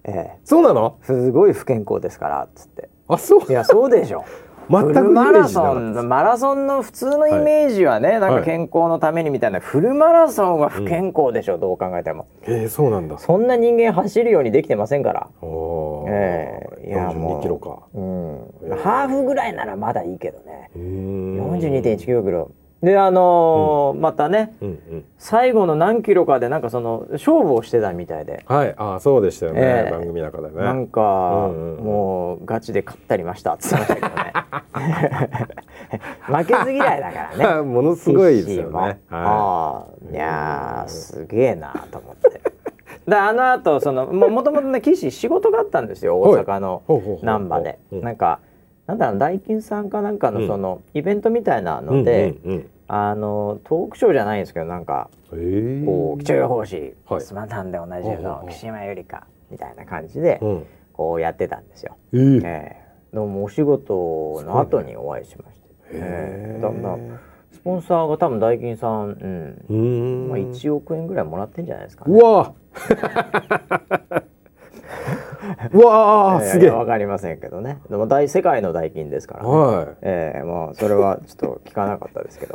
ええ
そうなの
すごい不健康ですからっつって
あそう
いやそうでしょ
全くイメ
フルマ
ー
ラ
ジ
ソ
なかっ
ンマラソンの普通のイメージはね、なん
は
か
い
健康のためにみたいな、フルマラソンは不健康でしょ、どう考えても
たえー、そうなんだ
そんな人間走るようにできてませんから、
おー
ええいやもう
42キロか
うんハーフぐらいならまだいいけどね、
うーん
42.1キロであのーまたね
うんうん
最後の何キロかでなんかその勝負をしてたみたいで、
はいあーそうでしたよね、
ええ
番組の中でね
なんか、
うんうん
もうガチで勝ったりましたって言ってま したけどね負けず嫌いだからね
ものすごいですよね、はい
い、ああいやーすげえなと思って。であの後そのももともとね岸仕事があったんですよ
はい
大阪の
ほうほうほうほう
難波で
うん
なんかなんだろうダイキンさんかなんか
うん
のそのイベントみたいなので、
うんうん
あのトークショーじゃないんですけどなんか
うん、ええ
こう気象予報士、
はい
すまんたんでおなじみ
ほうほう
の
ほう
岸山ゆりかみたいな感じで、
うん
こうやってたんですよ。
えー
ええでもお仕事の後にお会いしまして、ええだんだんスポンサーが多分ダイキンさん、うん
うーん
まあ、1億円ぐらいもらってんじゃないですか、
う
ね、
わ ーうわー、
ええ
す
い
げえ
やわかりませんけどねでも大世界のダイキンですから、
は
ええまあそれはちょっと聞かなかったですけ ど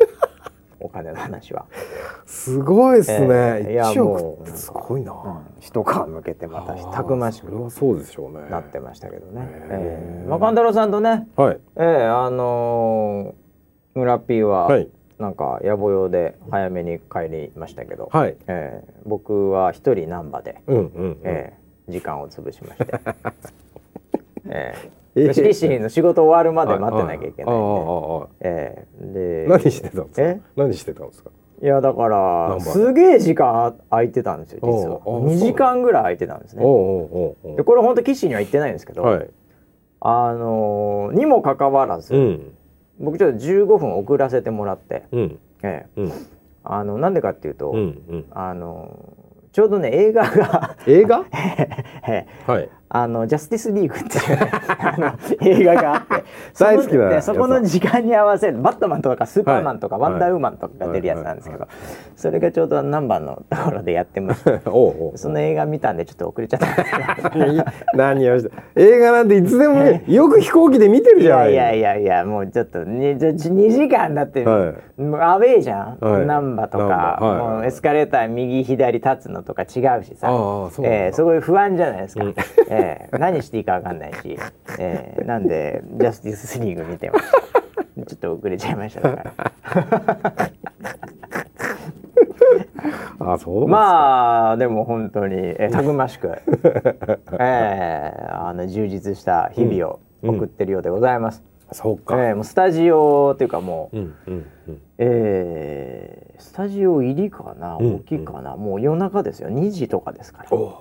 お金の話は、
いすごいですね、
ええいや
1
も
億
うな
っ
ん
て
か
すごいな、
うん、一皮向けてまた
あー
たくまし
それ
く
はそうでしょうね
なってましたけどね、
へ
え
え
えまあ勘太郎さんとね
はい
ええあのー、村 P は、
はい
なんか野暮用で早めに帰りましたけど、
はい
ええ僕は一人難波で、
うんうん、うん
ええ時間を潰しまして、 ええ
ええ
色紙の仕事終わるまで待ってなきゃいけないんで、
ああああああ
ええで
何してたんです
え
か何してたんですか
いやだか
ナ
ら
ンバーです
げえ時間空いてたんですよ実は
おうおう
2時間ぐらい空いてたんですね
おうおうおう
でこれ本当岸には行ってないんですけ
お
ど、
うはい
あのーにもかかわらず、
うん
僕ちょっと15分遅らせてもらって、
うん
ええ
うん
あのなんでかっていうと、
うんうん
あのちょうどね映画が
映画
え
はい
あのジャスティスリーグっていうね あの映画があって
大好きな
そこ,、
やつ
そこの時間に合わせるバットマンとかスーパーマンとか、
はい
ワンダーウーマンとかが出るやつなんですけど、
は
それがちょうど何番のところでやってまして
お うおう
その映画見たんでちょっと遅れちゃったんですけど
何をして映画なんていつでも見るよく飛行機で見てる
い
じゃな
や
い
いやいやいやもうちょっと 2, 時間だって、
は
もうアウェーじゃん、
はい
難波とか、
難波はい
もうエスカレーター右左立つのとか違うしさ
ああそうなんだ
えーすごい不安じゃないですか、えー何していいか分かんないし、えーなんでジャスティスリーグ見てましたちょっと遅れちゃいました だから
あそうです
まあでも本当に、えーたくま しく、えーあの充実した日々を送ってるようでございます、
そうか、
えーもうスタジオというかもう、
うんうんうん
えースタジオ入りかな
うん
大きいかな、もう夜中ですよ2時とかですから
お、お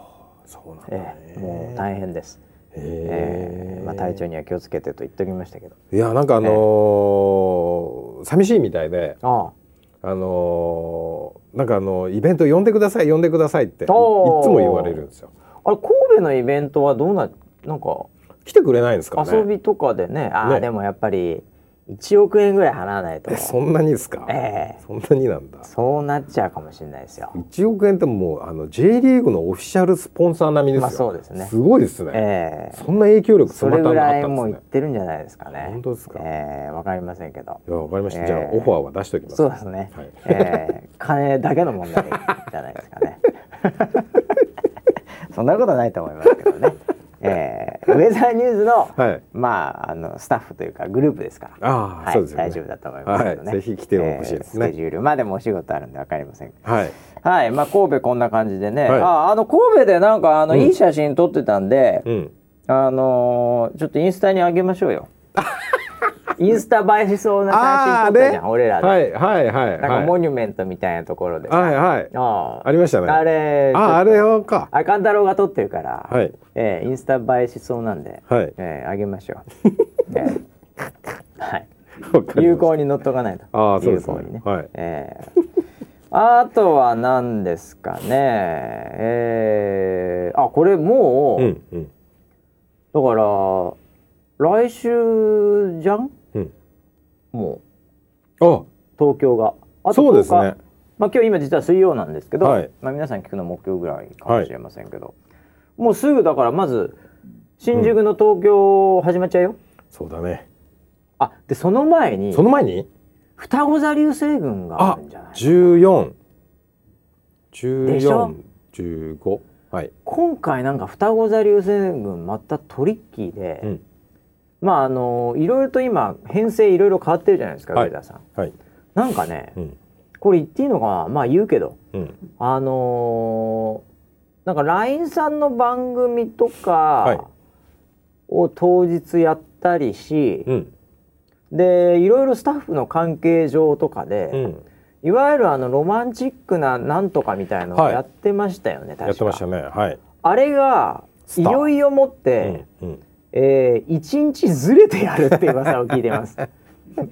そうなんだね、
えーもう大変です、え
へえ
ーまあ、体調には気をつけてと言っておきましたけど
いやなんかあのー寂しいみたいで
あ
あのーなんかあのイベント呼んでください呼んでくださいっていいつ
おー
も言われるんですよ
ああれ神戸のイベントはどうななんか
来てくれないんですかね
遊びとかでねああ
ね
でもやっぱり1億円ぐらい払わないと
えそんなにですか、
ええ
そんなになんだ
そうなっちゃうかもしれないですよ
1億円ってもうあの J リーグのオフィシャルスポンサー並み
ま
ですよ、
あそうですね
ごいですね、
ええ
そんな影響力
そ
詰
れ
まった
ぐ
のあ
ら
っ
い
たん
もう
で
い
す
っ
ね
てるんじゃないですかね
本当ですか
ええわかりませんけど
いやわかりました、じゃあ
ええ
オファーは出しておきます
そうですね、
はい
えー金だけの問題じゃないですかね そんなことないと思いますけどね、えーウェザーニューズの、
はい
まああのスタッフというかグループですから
ああ、
はい
そうですよね
大丈夫だと思いますけどね、
はい、ぜひ来てほしいです
えースケ
ね、
ジュールまあでもお仕事あるんで分かりません
はい
はいまあ神戸こんな感じでね、
はい
ああの神戸でなんかあの、
うん
いい写真撮ってたんで、
うん
あのーちょっとインスタに上げましょう よインスタ映えしそうな写真撮ったじゃん俺らで、
はいはいはい
なんか
はい
モニュメントみたいなところでさ、
はいはい
ああ
ありましたね
あれちょっと
ああれをか
あかんだろうが撮ってるから、
はい
ええインスタ映えしそうなんで、
はい
ええあげましょ う、ええはい、
わかりました
有効に乗っとかないと
ああそうですね
有効にね、
はい
ええあとは何ですかねええあこれもう、
うんうん
だから来週じゃん
うん
もう
あ
東京があと
そうです
10
ね
日まあ、今日今実は水曜なんですけど、
はい
まあ、皆さん聞くの木曜ぐらいかもしれませんけど、もうすぐだからまず新宿の東京始まっちゃうよ、
そうだね
あでその前に
その前に
双子座流星群があ
あ
るんじゃない
十四
で
十
しょ
四十五はい
今回なんか双子座流星群またトリッキーで、
うん
まああのいろいろと今編成いろいろ変わってるじゃないですか
はい
上田さん、
はい
なんかね
うん
これ言っていいのかなまあ言うけど
うん
あのーなんか LINE さんの番組と
い
かを当日やったりし、
うん
でいろいろスタッフの関係上とか
う
で、
ん
いわゆるあのロマンチックななんとかみたいのを
はい
やってましたよね、確か
やってましたねはい
あれがい
スター
よいよもっ
う
て、
んうん
えー一日ずれてやるっていう噂を聞いてます。え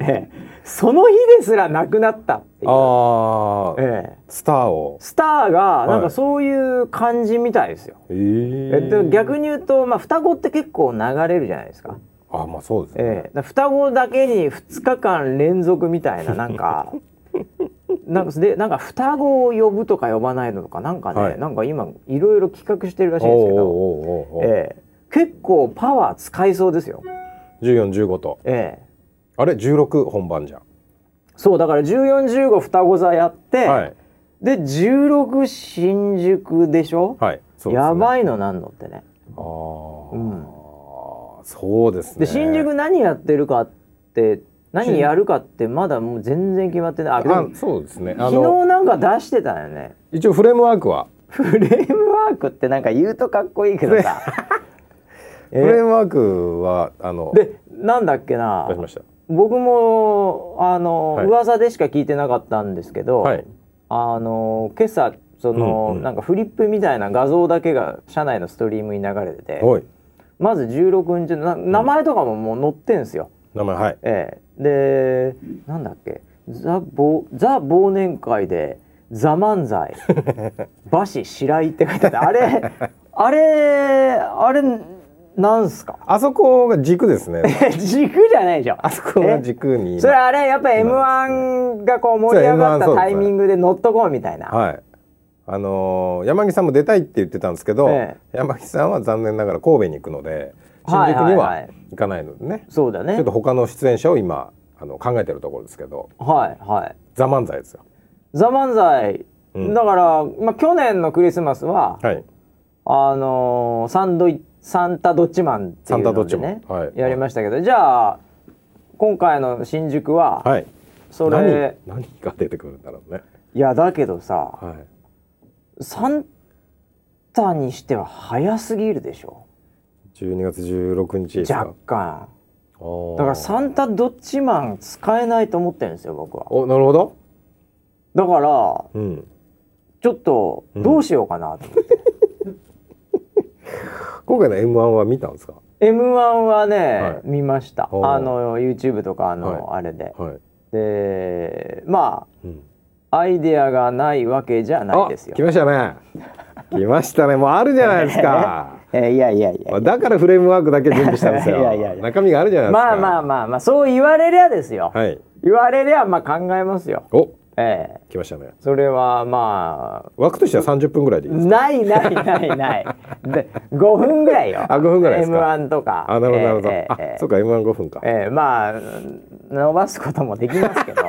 えその日ですらなくなったっていう、
ああ、
ええ
スターを。
スターがなん
は
か
い
そういう感じみたいですよ。
え
えっと、逆
に。
に言うと、まあ、双子って結構流れるじゃないですか,、
あ、まあ、そうですね。
ええだ双子だけに2日間連続みたいななん かなんかでなんか双子を呼ぶとか呼ばないのとかなんかね、
はい
なんか今いろいろ企画してるらしいんですけど、
おうおうおうおうおう。
ええ結構パワー使いそうですよ。
十四十五と。
ええ
あれ、十六本番じゃん。
そうだから1415双子座やって、
はい。
で16新宿でしょ、
はい。そうですね
やばいのなんのってね。
ああ、
うん
そうですね。
で新宿何やってるかって何やるかってまだもう全然決まってないあで
あ
も、
そうですね。あ
昨
の
日なんか出してたよね
一応フレームワークは、
フレームワークってなんか言うとかっこいいけどさえ
フレームワークはあの
でなんだっけな
出しました。
僕もあの、
はい
噂でしか聞いてなかったんですけど、
はい。
あの今朝その、
うんうん
なんかフリップみたいな画像だけが社内のストリームに流れてて
おい、
まず16日のな名前とかももう載ってんすよ、
名前はい。
ええ、でなんだっけザ忘ザ忘年会で「ザ漫 才」「馬氏白井」って書いてあってあれあれあれなんすか
あそこが軸ですね。
軸じゃないじゃん
あそこが軸に。
それあれやっぱ
今
m 1がこう盛り上がっ
そ
た
う M1
タイミングで乗っとこうみたいな
はい。あのー山木さんも出たいって言ってたんですけど、
え
山木さんは残念ながら神戸に行くので新
はい
宿
はい
に
はい
は行かないのでね、
そうだ
ちょ
ね
っと他の出演者を今あの考えてるところですけど
はいはい
「ザ漫才ですよ。
「ザ漫才」
うん
だから、まあ、去年のクリスマスは、
はい、
あのーサンドイサンタドッチマンっていう
サンタド
の
ッチ
で
マ
ね
ン、はい
やりましたけど、じゃあ今回の新宿は、
はい、
それ
何何が出てくるんだろうね。
いやだけどさ
はい、
サンタにしては早すぎるでしょ
12月16日です
若
か。
干
おー
だからサンタドッチマン使えないと思ってるんですよ僕は
おなるほど。
だから
うん。
ちょっと
うん
どうしようかなと 思って、
今回の M1 は見たんですか。
m 1はね、
はい
見ました
おー
あの YouTube とかあの、
は
あれで
はい。
でまあ
うん、
アイデアがないわけじゃないですよ
あ来。ましたね。来ましたね。もうあるじゃないで すか。
えーいやいやいや。
だからフレームワークだけ準備したんです よ。
いやいやいや
中身があるじゃないですか。
まあまあまあまあそう言われりゃですよ。
はい。
言われりゃまあ考えますよ。
お、
ええ
来ましたね。
それはまあ
枠としては30分ぐらいでいいです。
ないないない ない。で5分ぐらいよ。
あ5分ぐらいですか
M1 とか。
あ、なるほどなるほど。
ええええ
あ、そうか M1 五分か。
ええまあ伸ばすこともできますけ ど。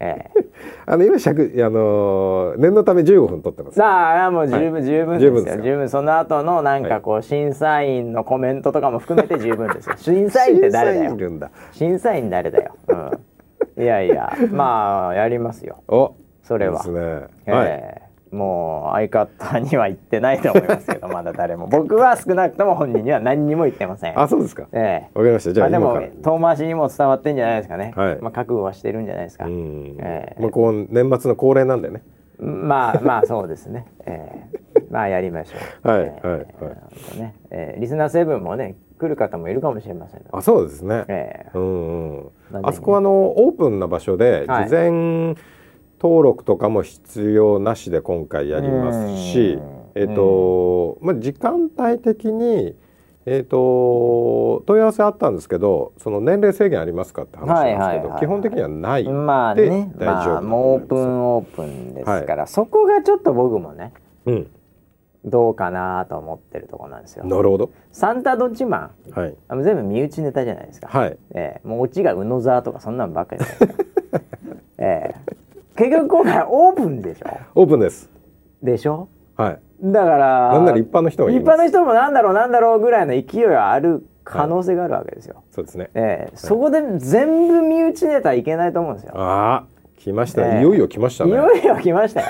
ええ
あの今尺あのー念のため15分取ってます。
さあもう十分、十分
十分
で
ですす
よ
か
十分その後のなんかこう審査員のコメントとかも含めて十分ですよ審査員って誰だ
審査員い
よ
るんだ。
審査員誰だよ、うん、いやい やまあやりますよ
お、
それは
ですね。
え
はい。
ーもう相方には言ってないと思いますけどまだ誰も僕は少なくとも本人には何にも言ってません
あ、そうですか。わか
ええ
りました。じ
まあ
ゃあ
で
今
も
から。
遠回しにも伝わってんじゃないですかね、
はい
まあ覚悟はしてるんじゃないですか、
うん。
ええ
まあこう年末の恒例なんでね。
まあまあそうですね、ええまあやりましょう
はい
ええ
はいはい
本当ねええリスナーセブンもね来る方もいるかもしれませんの
あ、そうです
で、
ね。
ええ
うんうん
なんでね
あそこはあのオープンな場所で
はい
事前登録とかも必要なしで今回やりますし
うん、
えっとまあ、時間帯的に、えっと、問い合わせあったんですけどその年齢制限ありますかって話なんですけど、
はいはいはいはい
基本的にはない、
まあね、
で大丈夫
まあ、もうオープンオープンですから、そこがちょっと僕もね
うん、
どうかなと思ってるとこなんですよ。
なるほど、
サンタドッチマン
はい
あの全部身内ネタじゃないですか。
はい、
ええもうオチが宇野沢とかそんなんばっかりじゃないですか。 ええ結局今回オープンでしょ
オープンです、
でしょ
はい、
だから
なんなら一般の人がい
一
る
般の人もなんだろうなんだろうぐらいの勢いはある可能性があるわけですよ。
そうですね
ええそこで全部身内ネタいけないと思うんですよ。
ああ来ました
え
ね、
え
いよいよ来ました
い
ね
よいよ来ました よ。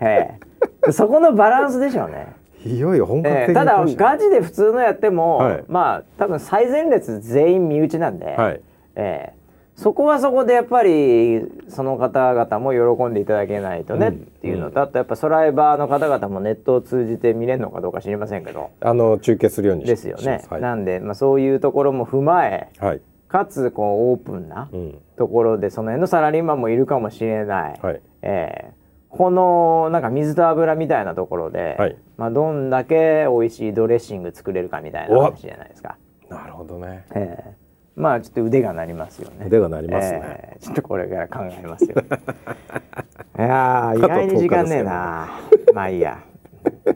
ええそこのバランスでしょうね。
いよいよ本格
ええ
的に
た
来
だ
ました、ね
ガチで普通のやっても、
はい
まあ多分最前列全員身内なんで、
はい
ええそこはそこでやっぱりその方々も喜んでいただけないとね、っていうのとあとやっぱソライバーの方々もネットを通じて見れるのかどうか知りませんけど
あの中継するようにし
ですよ
しま
ね、
すはい
なんで、まあ、そういうところも踏まえ
はい
かつこうオープンな
うん
ところでその辺のサラリーマンもいるかもしれない、
はい
えーこのなんか水と油みたいなところで、
はい
まあ、どんだけ美味しいドレッシング作れるかみたいな
お
話じゃないですか、
なるほどね
えーまあちょっと腕が鳴りますよね
腕が鳴りますね
えーちょっとこれから考え ますよいやー意
加藤
外に時間ねえなまあいいや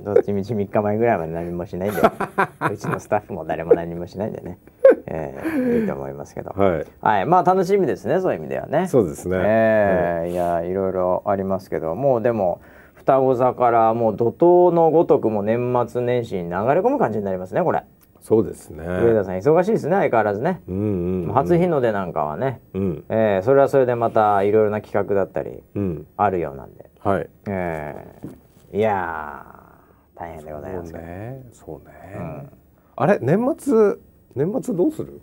どっちみち3日前ぐらいまで何もしないんでうちのスタッフも誰も何もしないんでね、えーいいと思いますけど
はい
はい、まあ楽しみですね、そういう意味ではね。
そうですね
ええいや、いろいろありますけど、もうでも。双子座からもう怒涛のごとくもう年末年始に流れ込む感じになりますね、これ。
そうですね
上田さん忙しいですね、相変わらずね。
うんうんうん
初日の出なんかはね、
うん
ええそれはそれでまたいろいろな企画だったり
うん
あるようなんで。
はい
ええいやー、大変でございますけど。
ねそうね、あれ年末年末どうする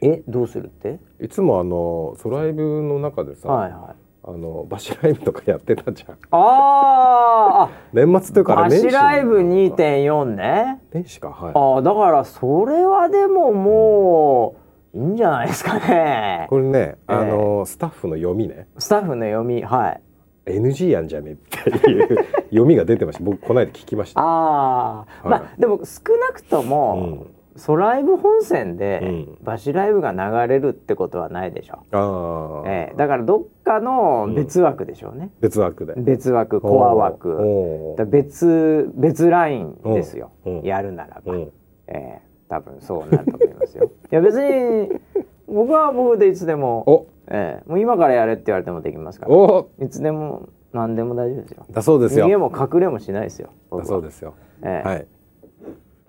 え、どうするって。
いつもあのソライブの中でさ、
はいはい。
あのバシライブとかやってたじゃん
あーあ、
年末というかあ
バ
れ
シライブ
年始
2.4ね。
年始かは
ああだからそれはでももういいんじゃないですかね
いこれね、
ええ
あの スタッフの読みね
スタッフの読みはい
NG やんじゃねっていう読みが出てました僕この間聞きました
ああ、
はい
まあでも少なくとも、ソライブ本線
う
で
ん
バシライブが流れるってことはないでしょ、
あー、
ええだからどっかの別枠でしょうね、
別枠で
別枠コア枠
おー
だ別別ラインですよ、
うんうん
やるならば、
うん
ええ多分そうなると思いますよいや別に僕は僕でいつで も
お
ええ、もう今からやれって言われてもできますから
お
いつでも何でも大丈夫ですよ
だそうです
逃げ
よ
も隠れもしないですよ
だ
僕
そう
は
ですよ
ええ
はい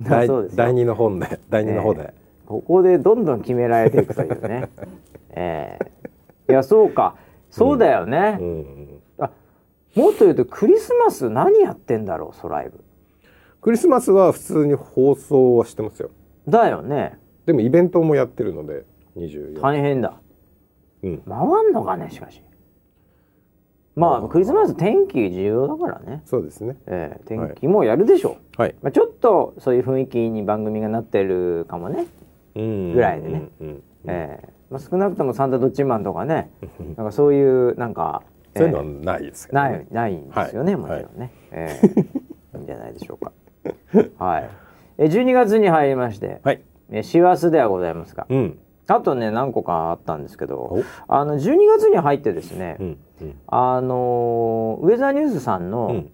だ
第
そうですよ
第二の本で第二の方で、
ここでどんどん決められていくという ねええいやそうかそうだよね、
うんうん
あもっと言うとクリスマス何やってんだろうソライブ
クリスマスは普通に放送はしてますよ
だよね
でもイベントもやってるので24
大変だ
うん
回んのかねしかしまあクリスマス天気重要だからね、
そうですね
ええ、天気もやるでしょう、
はい
まあ、ちょっとそういう雰囲気に番組がなってるかもね、ぐ
ぐ
らいでね
うんうん
えーまあ、少なくともサンタドッチマンとかねなんかそういうなんか、えー
そういうのはないですけどね、
ないないんですよね、
はい
もちろんね、え ーいいんじゃないでしょうかはいえー12月に入りまして
はい
えー師走ではございますが
うん
あとね何個かあったんですけど
お
あの12月に入ってですね、
うんうん
あのーウェザーニュースさん
う
の
ん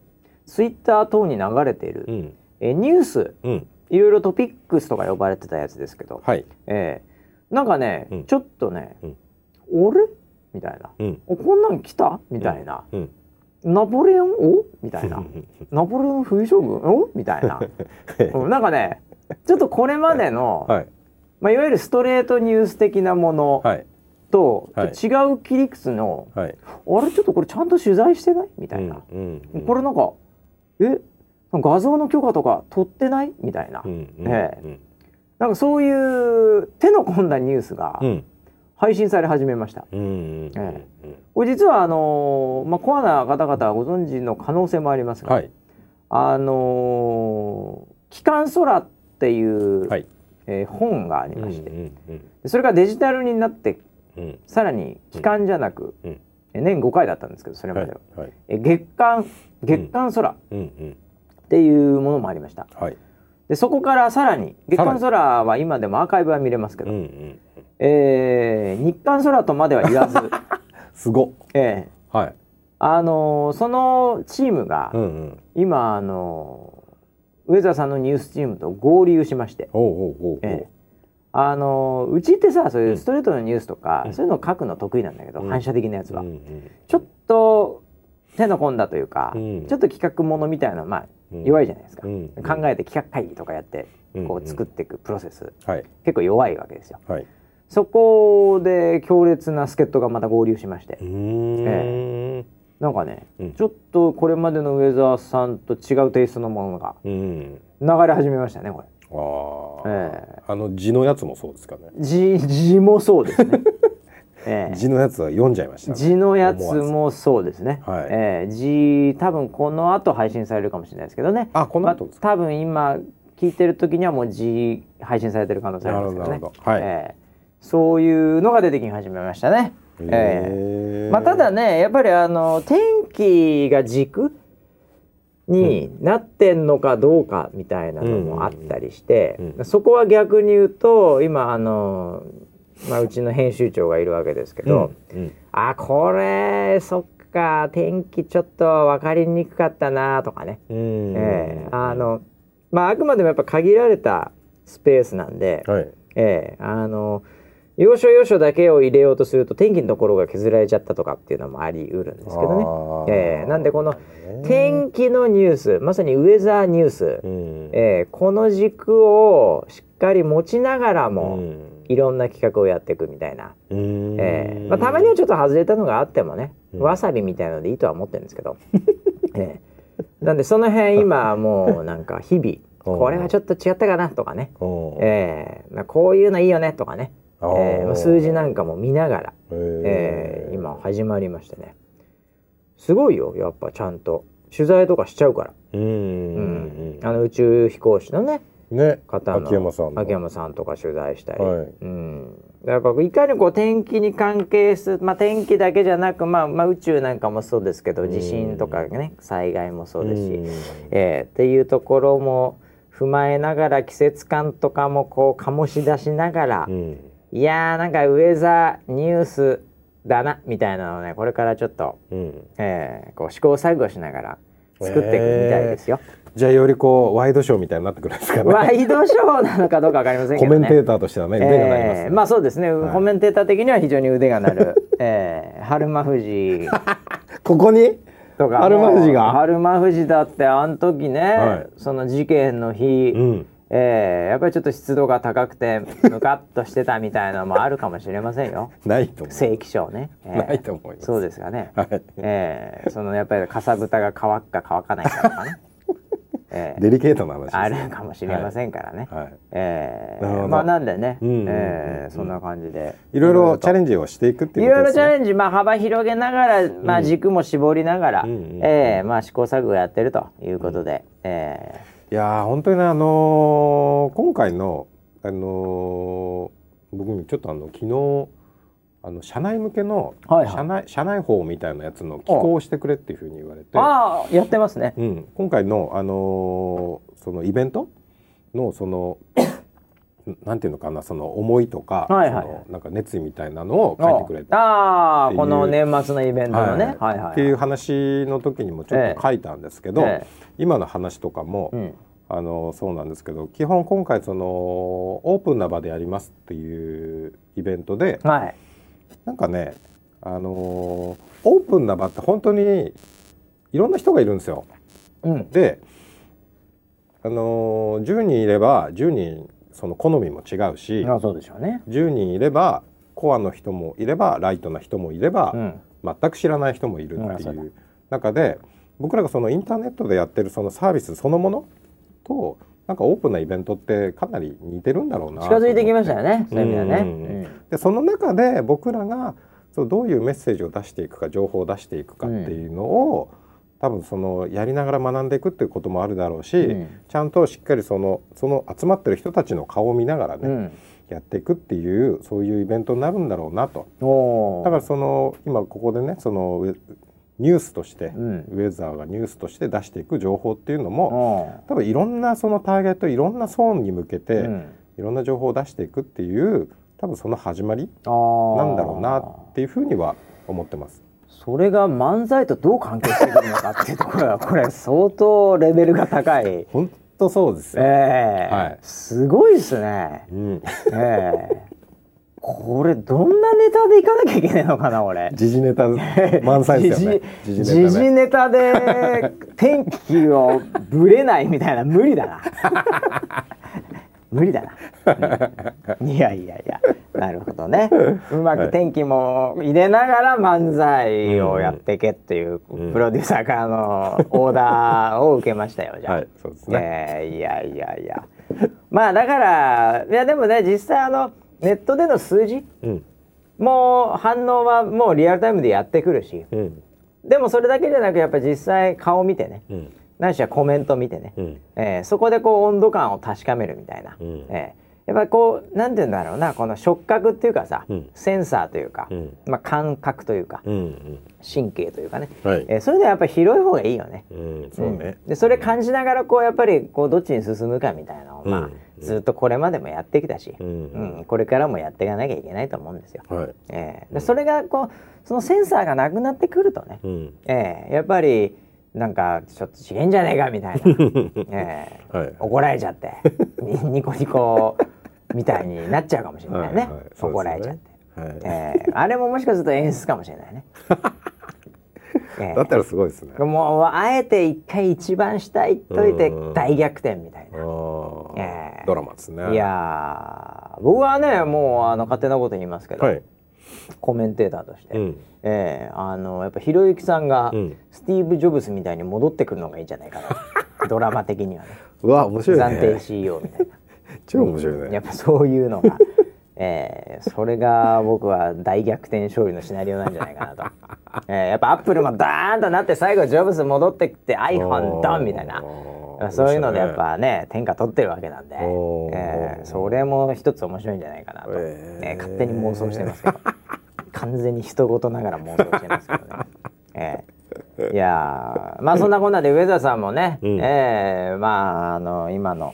ツイッター等に流れている、
うん
えーニュース
うん
いろいろトピックスとか呼ばれてたやつですけど、
はい
ええなんかね、
うん
ちょっとね
うん
「俺?」みたいな
うん
「おこんなん来た?」みたいな
うん
「ナポレオンお?」みたいな
うん
「ナポレオン冬将軍お?」みたい な、うんなんかねちょっとこれまでの、
はい
まあ、いわゆるストレートニュース的なもの
はい
と、
はい
違う切り口の
はい
「あれちょっとこれちゃんと取材してない?」みたいな、
うんうん
これなんか「え画像の許可とか取ってない?」みたいな、
うんうん
え
うん
なんかそういう手の込んだニュースが
うん
配信され始めました。
うんうん
え
うん
これ実はあのーまあ、コアな方々はご存知の可能性もありますが、
はい
あのー機関空っていう、
はい
えー本がありまして、
うんうん
それがデジタルになって
うんうん
さらに期間じゃなく、
うん
えー年5回だったんですけどそれ
は
ま
い
では、
はい
えー月間月間空っ
うんうん
ていうものもありました
はい
でそこからさらに月間空は今でもアーカイブは見れますけ
う
ど、
んうん
えー日刊空とまでは言わ ず、
すごっ
えー
はい
あのーそのチームが、
うんうん
今あの上澤さんのニュースチームと合流しまして、
おうおうおうおう
ええあのうちってさそういううんストレートのニュースとか、そういうのを書くの得意なんだけど、
うん
反射的なやつは、
うんうん
ちょっと手の込んだというか、
うん
ちょっと企画ものみたいなまあ
うん
弱いじゃないですか、
うん
考えて企画会議とかやって
うん
こう作っていくプロセス、
はい
結構弱いわけですよ
はい
そこで強烈な助っ人がまた合流しまして、
うーん
なんかね、
うん
ちょっとこれまでの上澤さんと違うテイストのものが
うん
流れ始めましたねこれ。
ああ、
え
あの字のやつもそうですかね。
字字もそうです ね。ええ
字のやつは読んじゃいました、ね。
字のやつもそうですね。
はい
ええ字多分この後配信されるかもしれないですけどね。
あ、この
まあ
後ですか。
多分今聞いてる時にはもう字配信されてる可能性ありますけどね。
なるほどなるほどはい
ええそういうのが出てき始めましたね。
へ
ええ
え
まあ、ただねやっぱりあの天気が軸になってんのかどうかみたいなのもあったりして、
うんうんうん
そこは逆に言うと今あの、まあ、うちの編集長がいるわけですけ
う
ど、
んうん
あこれそっか天気ちょっと分かりにくかったなとかね、
うん
ええあのまああくまでもやっぱ限られたスペースなんで、
はい
ええあの要所要所だけを入れようとすると天気のところが削られちゃったとかっていうのもあり得るんですけど
ど
ね、ええなんでこの
気
天気のニュースまさにウェザーニュース、
うん
ええこの軸をしっかり持ちながらもいろんな企画をやっていくみたいな、
うん
ええまあ、たまにはちょっと外れたのがあってもね、
うん
わさびみたいのでいいとは思ってるんですけど、ええなんでその辺今もうなんか日 々これはちょっと違ったかなとかね、
うん
ええまあ、こういうのいいよねとかね
あー
えーまあ数字なんかも見ながら、
へ
え
え
ー今始まりましてねすごいよやっぱちゃんと取材とかしちゃうから、
うん
う
うん
んあの宇宙飛行士のね
ね
方の
秋山さんの
秋山さんとか取材したり、
はい
うん、やっぱいかにこう天気に関係する、まあ、天気だけじゃなく、まあ、まあ宇宙なんかもそうですけど地震とかね災害もそうですし、えーっていうところも踏まえながら季節感とかもこう醸し出しながら
う、ん
いやーなんかウェザーニュースだなみたいなのをねこれからちょっと、
うん
えーこう試行錯誤しながら作っていくみたいですよ。
じゃあよりこうワイドショーみたいになってくるんですかね
ワイドショーなのかどうかわかりませんけ
コ
どね。
メンテーターとしてはね腕がなります
え
ね
ーまあそうですね、
はい
コメンテーター的には非常に腕が鳴 る、えー、春馬富士
ここに
とかも
春馬富士が
春馬富士だってあの時ね、
はい
その事件の日、
うん
えーやっぱりちょっと湿度が高くてムカッとしてたみたいなのもあるかもしれませんよ
ないと思
正気象ね、え
う
ー
ないと思います
そうですかね、
はい
ええそのやっぱりかさぶたが乾くか乾かないかと かね、ええ
デリケートな話です
あるかもしれませんからね、
はい
ええ
なるほど
まあなんでね、
うんうんうんうん
ええそんな感じで
いろいろチャ
ン
レンジをしていくって
い
いうこ
ろいろ
とです
チャ
ね
レンジ、まあ、幅広げながら、まあ、軸も絞りながら、
うんうんうん
ええまあ、試行錯誤やってるということで、ええ
いやー本当にねあのー今回のあのー僕もちょっとあの昨日あの社内向けの、
はいはい
社内社内報みたいなやつの寄稿をしてくれっていうふうに言われて、
ああやってますね
うん、今回のあのーそのイベントのその なんていうのかなその思いとか、
はいはい
そのなんか熱意みたいなのを書いてくれた
ああ
っていう
この年末のイベントのね、はい、はいはい
っていう話の時にもちょっと書いたんですけど、
ええ
今の話とかも、
うん
あのそうなんですけど基本今回そのオープンな場でやりますっていうイベントで
はい
なんかねあのオープンな場って本当にいろんな人がいるんですよ。
うん
であの10人いれば10人その好みも違うし
あそうでしょうね
10人いればコアの人もいればライトな人もいれば、
うん
全く知らない人もいる
うん
ってい
そうだ
う中で僕らがそのインターネットでやってるそのサービスそのものとなんかオープンなイベントってかなり似てるんだろうな
近づいてきましたよね
う
そういう意味ではね、
うんうんうん
うん
でその中で僕らがそうどういうメッセージを出していくか情報を出していくかっていうのを、多分そのやりながら学んでいくっていうこともあるだろうし、
うん
ちゃんとしっかりそのその集まってる人たちの顔を見ながらね、
うん、
やっていくっていうそういうイベントになるんだろうなと。
おー
だからその今ここでねそのウェニュースとして、
うん、
ウェザーがニュースとして出していく情報っていうのも、
おー
多分いろんなそのターゲットいろんな層に向けて、
うん
いろんな情報を出していくっていう多分その始まり
あー
なんだろうなっていうふうには思ってます。
それが漫才とどう関係してくるのかっていうところ はこれ相当レベルが高い。
本当そうです
え
よ。
え
はい
すごいですね。
うん、
ええこれどんなネタでいかなきゃいけないのかな俺。
時事ネタ満載ですよね。
時事時事
ね。
ネタで天気をぶれないみたいな無理だな無理だな、うんいやいやいやなるほどねうま
は
く
い
天気も入れながら漫才をやってけっていう
うん
プロデューサーからのオーダーを受けましたよじゃあ、
はい、そうですね。
えーいやいやいやまあだからいやでもね実際あのネットでの数字
うん、
もう反応はもうリアルタイムでやってくるし、
うん、
でもそれだけじゃなくやっぱ実際顔見てね
うん、
何しろコメント見てね、
うん、
えーそこでこう温度感を確かめるみたいな、
うん
えーやっぱりこうなんて言うんだろうなこの触覚っていうかさ、
うん
センサーというか、
うん
まあ、感覚というか
うん
神経というかね、
うんはい
えーそれではやっぱり広い方がいいよね。
うんそうね
んでそれ感じながらこうやっぱりこうどっちに進むかみたいなのを、まあ
うん
ずっとこれまでもやってきたし、
う
うんんこれからもやっていかなきゃいけないと思うんですよ。
はい
えーでそれがこうそのセンサーがなくなってくるとね、
うん
えーやっぱりなんかちょっと違えんじゃねえかみたいな、えー
はい
怒られちゃってニニコニコみたいになっちゃうかもしれないね、
はいはいそうですよね
怒られちゃって、
は
えーあれももしかすると演出かもしれないね、え
い
ー
だったらすごいですね
もうあえて一回一番下行っといて
うん
大逆転みたい
あ
な、え
ー
え
ドラマですね
いやー僕はねもうあの勝手なこと言いますけど、
はい
コメンテーターとして、
うん
ええあのやっぱひろゆきさんが
うん
スティーブ・ジョブスみたいに戻ってくるのがいいんじゃないか なドラマ的にはね
うわ面白い
暫定
ね
CEO みたい
超面白い
なや
ね
っぱそういうのが、ええそれが僕は大逆転勝利のシナリオなんじゃないかなと、ええやっぱアップルもダーンとなって最後ジョブス戻ってきて iPhone ドンみたいな
あー
そういうのでやっぱね天下取ってるわけなんで、え
おー
えそれも一つ面白いんじゃないかなと、
ええ
ええ勝手に妄想してますけど完全に人事ながら妄想してますけどね。ええいやーまあそんなこんなで上田さんもね、
うん
ええまああの今の、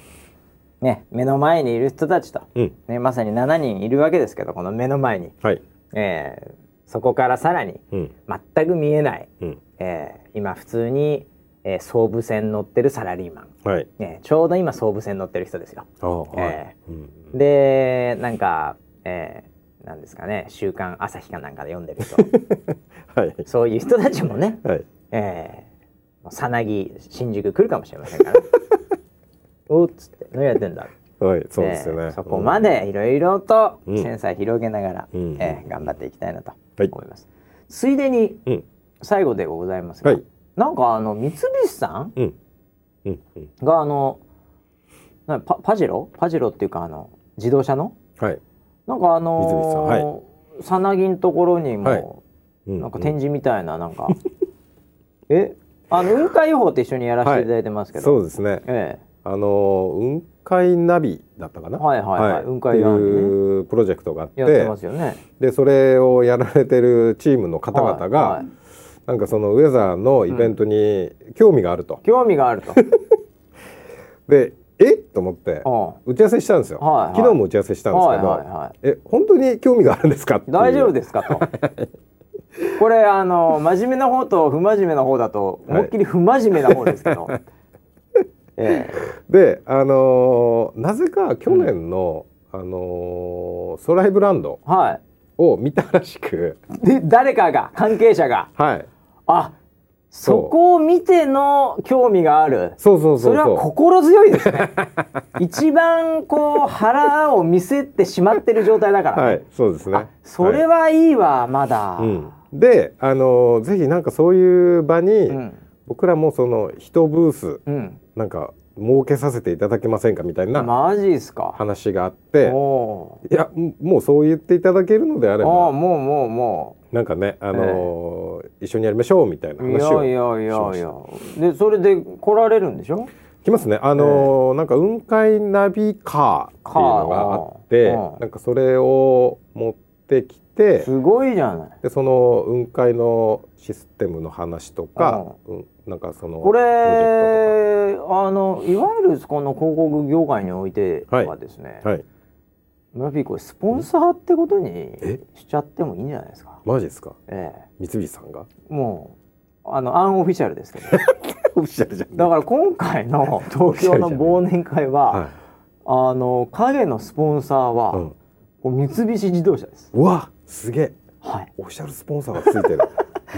ね、目の前にいる人たちと、
うん
ね、まさに7人いるわけですけどこの目の前に、
はい
ええそこからさらに
うん
全く見えない、
うん
ええ今普通に、ええ総武線乗ってるサラリーマン、
はい
ええちょうど今総武線乗ってる人ですよ。
あーはい
え
うん
でなんか、ええなんですかね「週刊朝日」かなんかで読んでる 人
はい
そういう人たちもね
はい
ええさなぎ新宿来るかもしれませんから ねおっつって何やってんだ
はいそうですよね
ええそこまでいろいろと
うん
センサー広げながら、
うん
ええ頑張っていきたいなと
はい
思います、ついでに
うん
最後でございますが、
はい
なんかあの三菱さん
うんうんうん
があのなパパジェロパジェロっていうかあの自動車の
はい
なんかあ
水口さんは
のーさなぎんところにも、
はいうん
なんか展示みたいななんかえあの雲海予報って一緒にやらせていただいてますけど、
そうですね
え
あの雲海ナビだったかな、
はいはいはい雲海ナビね
っていうプロジェクトがあっ
え
て
やってますよね。
でそれをやられてるチームの方々が、
はいはい
なんかそのウェザーのイベントに興味があると、
興味があ ると。
でえっと思って
う
打ち合わせしたんですよ、
はいはい
昨日も打ち合わせしたんですけど、
はいはいはい
え本当に興味があるんですかってい
ん
う
大丈夫ですかと。これあの真面目な方と不真面目な方だと
はい
思いっきり不真面目な方ですけ ど。え
であのーなぜか去年の、あのーソライブランド
えは
を見たらしく
い。で誰かが関係者が
はい
あ
そ
そうこを見ての興味がある。
そうそうそ
そうれは
そう
心強いですね一番こう腹を見せてしまってる状態だから、
はいそうですね
それはいいわまだ、
うん、で、あのーぜひなんかそういう場に、
ん
僕らもその人ブース
うん
なんか設けさせていただけませんかみたいな
マジっすか
話があって、
お
いやもうもうそう言っていただけるのであ
ー
れ
あー
ば
もうもうも
なんかね、あのー一緒にやりましょうみたいな
ういや
話を
いやい
しま
やい
し
や
た
でそれで来られるんでしょ
来ますねあのーなんか雲海ナビカーっていうのがあって
カーうん
なんかそれを持ってきて
すごいじゃない
でその雲海のシステムの話とか、うん、なんかその
こ
プロジェクトとか
れあのいわゆるこの広告業界においてはですね、
はい
村ピーこれスポンサーってことに
え
しちゃってもいいんじゃないですか
マジですか
え
三菱さんが
えもうあのアンオフィシャルです けど
オフィシャルじゃん
だから今回の東京の忘年会は、
は
あの影のスポンサー
い、う
は
ん、
こう三菱自動車です。
うわすげえ
はい。
オフィシャルスポンサーがついて る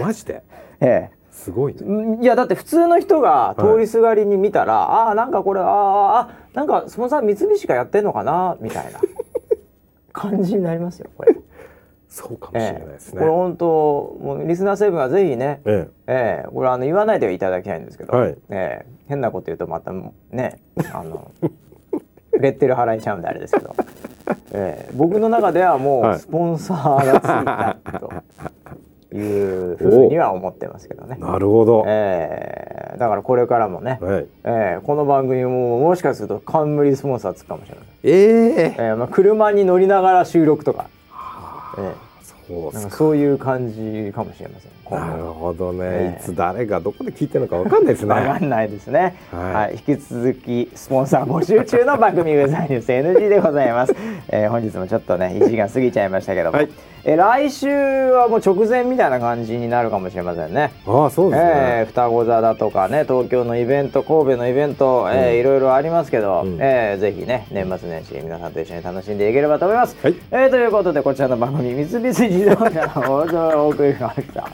マジで
え
すごいね
え。いやだって普通の人が通りすがりに見たら、ああなんかこれあーあーなんかスポンサー三菱がやってんのかなみたい な感じになりますよこれ。
そうかもしれない
ええ
です
こ
ね
れ、本当もうリスナーセブンはぜひね。
え
ええ、これあの言わないでいただきたいんですけど、
はい
ええ、変なこと言うとまたねあの レッテル払いちゃうんであれですけど、ええ、僕の中ではも
は
う
い
スポンサーがついたというふうには思ってますけどね
え、なるほど、
えーだからこれからもね、
はい、
えーこの番組ももしかすると冠スポンサーつくかもしれない、
ええ
えーまあ、車に乗りながら収録とか,、えー
そうっ
なん
す
かそういう感じかもしれません今
な
後
るほどね、
ええ
いつ誰がどこで聞いてるのかわかんないですね。
わかんないですね、は
はいい
引き続きスポンサー募集中の番組ウェザーニュース NG でございます、 えー本日もちょっとね1時間過ぎちゃいましたけども、
はい
えー来週はもう直前みたいな感じになるかもしれませんね
ああそうです
え
ね。
ー双子座だとかね東京のイベント神戸のイベント、えーいろいろありますけど、
うん
えーぜひね年末年始皆さんと一緒に楽しんでいければと思います、
はい
えーということでこちらの番組三菱自動車の放送をお送りしました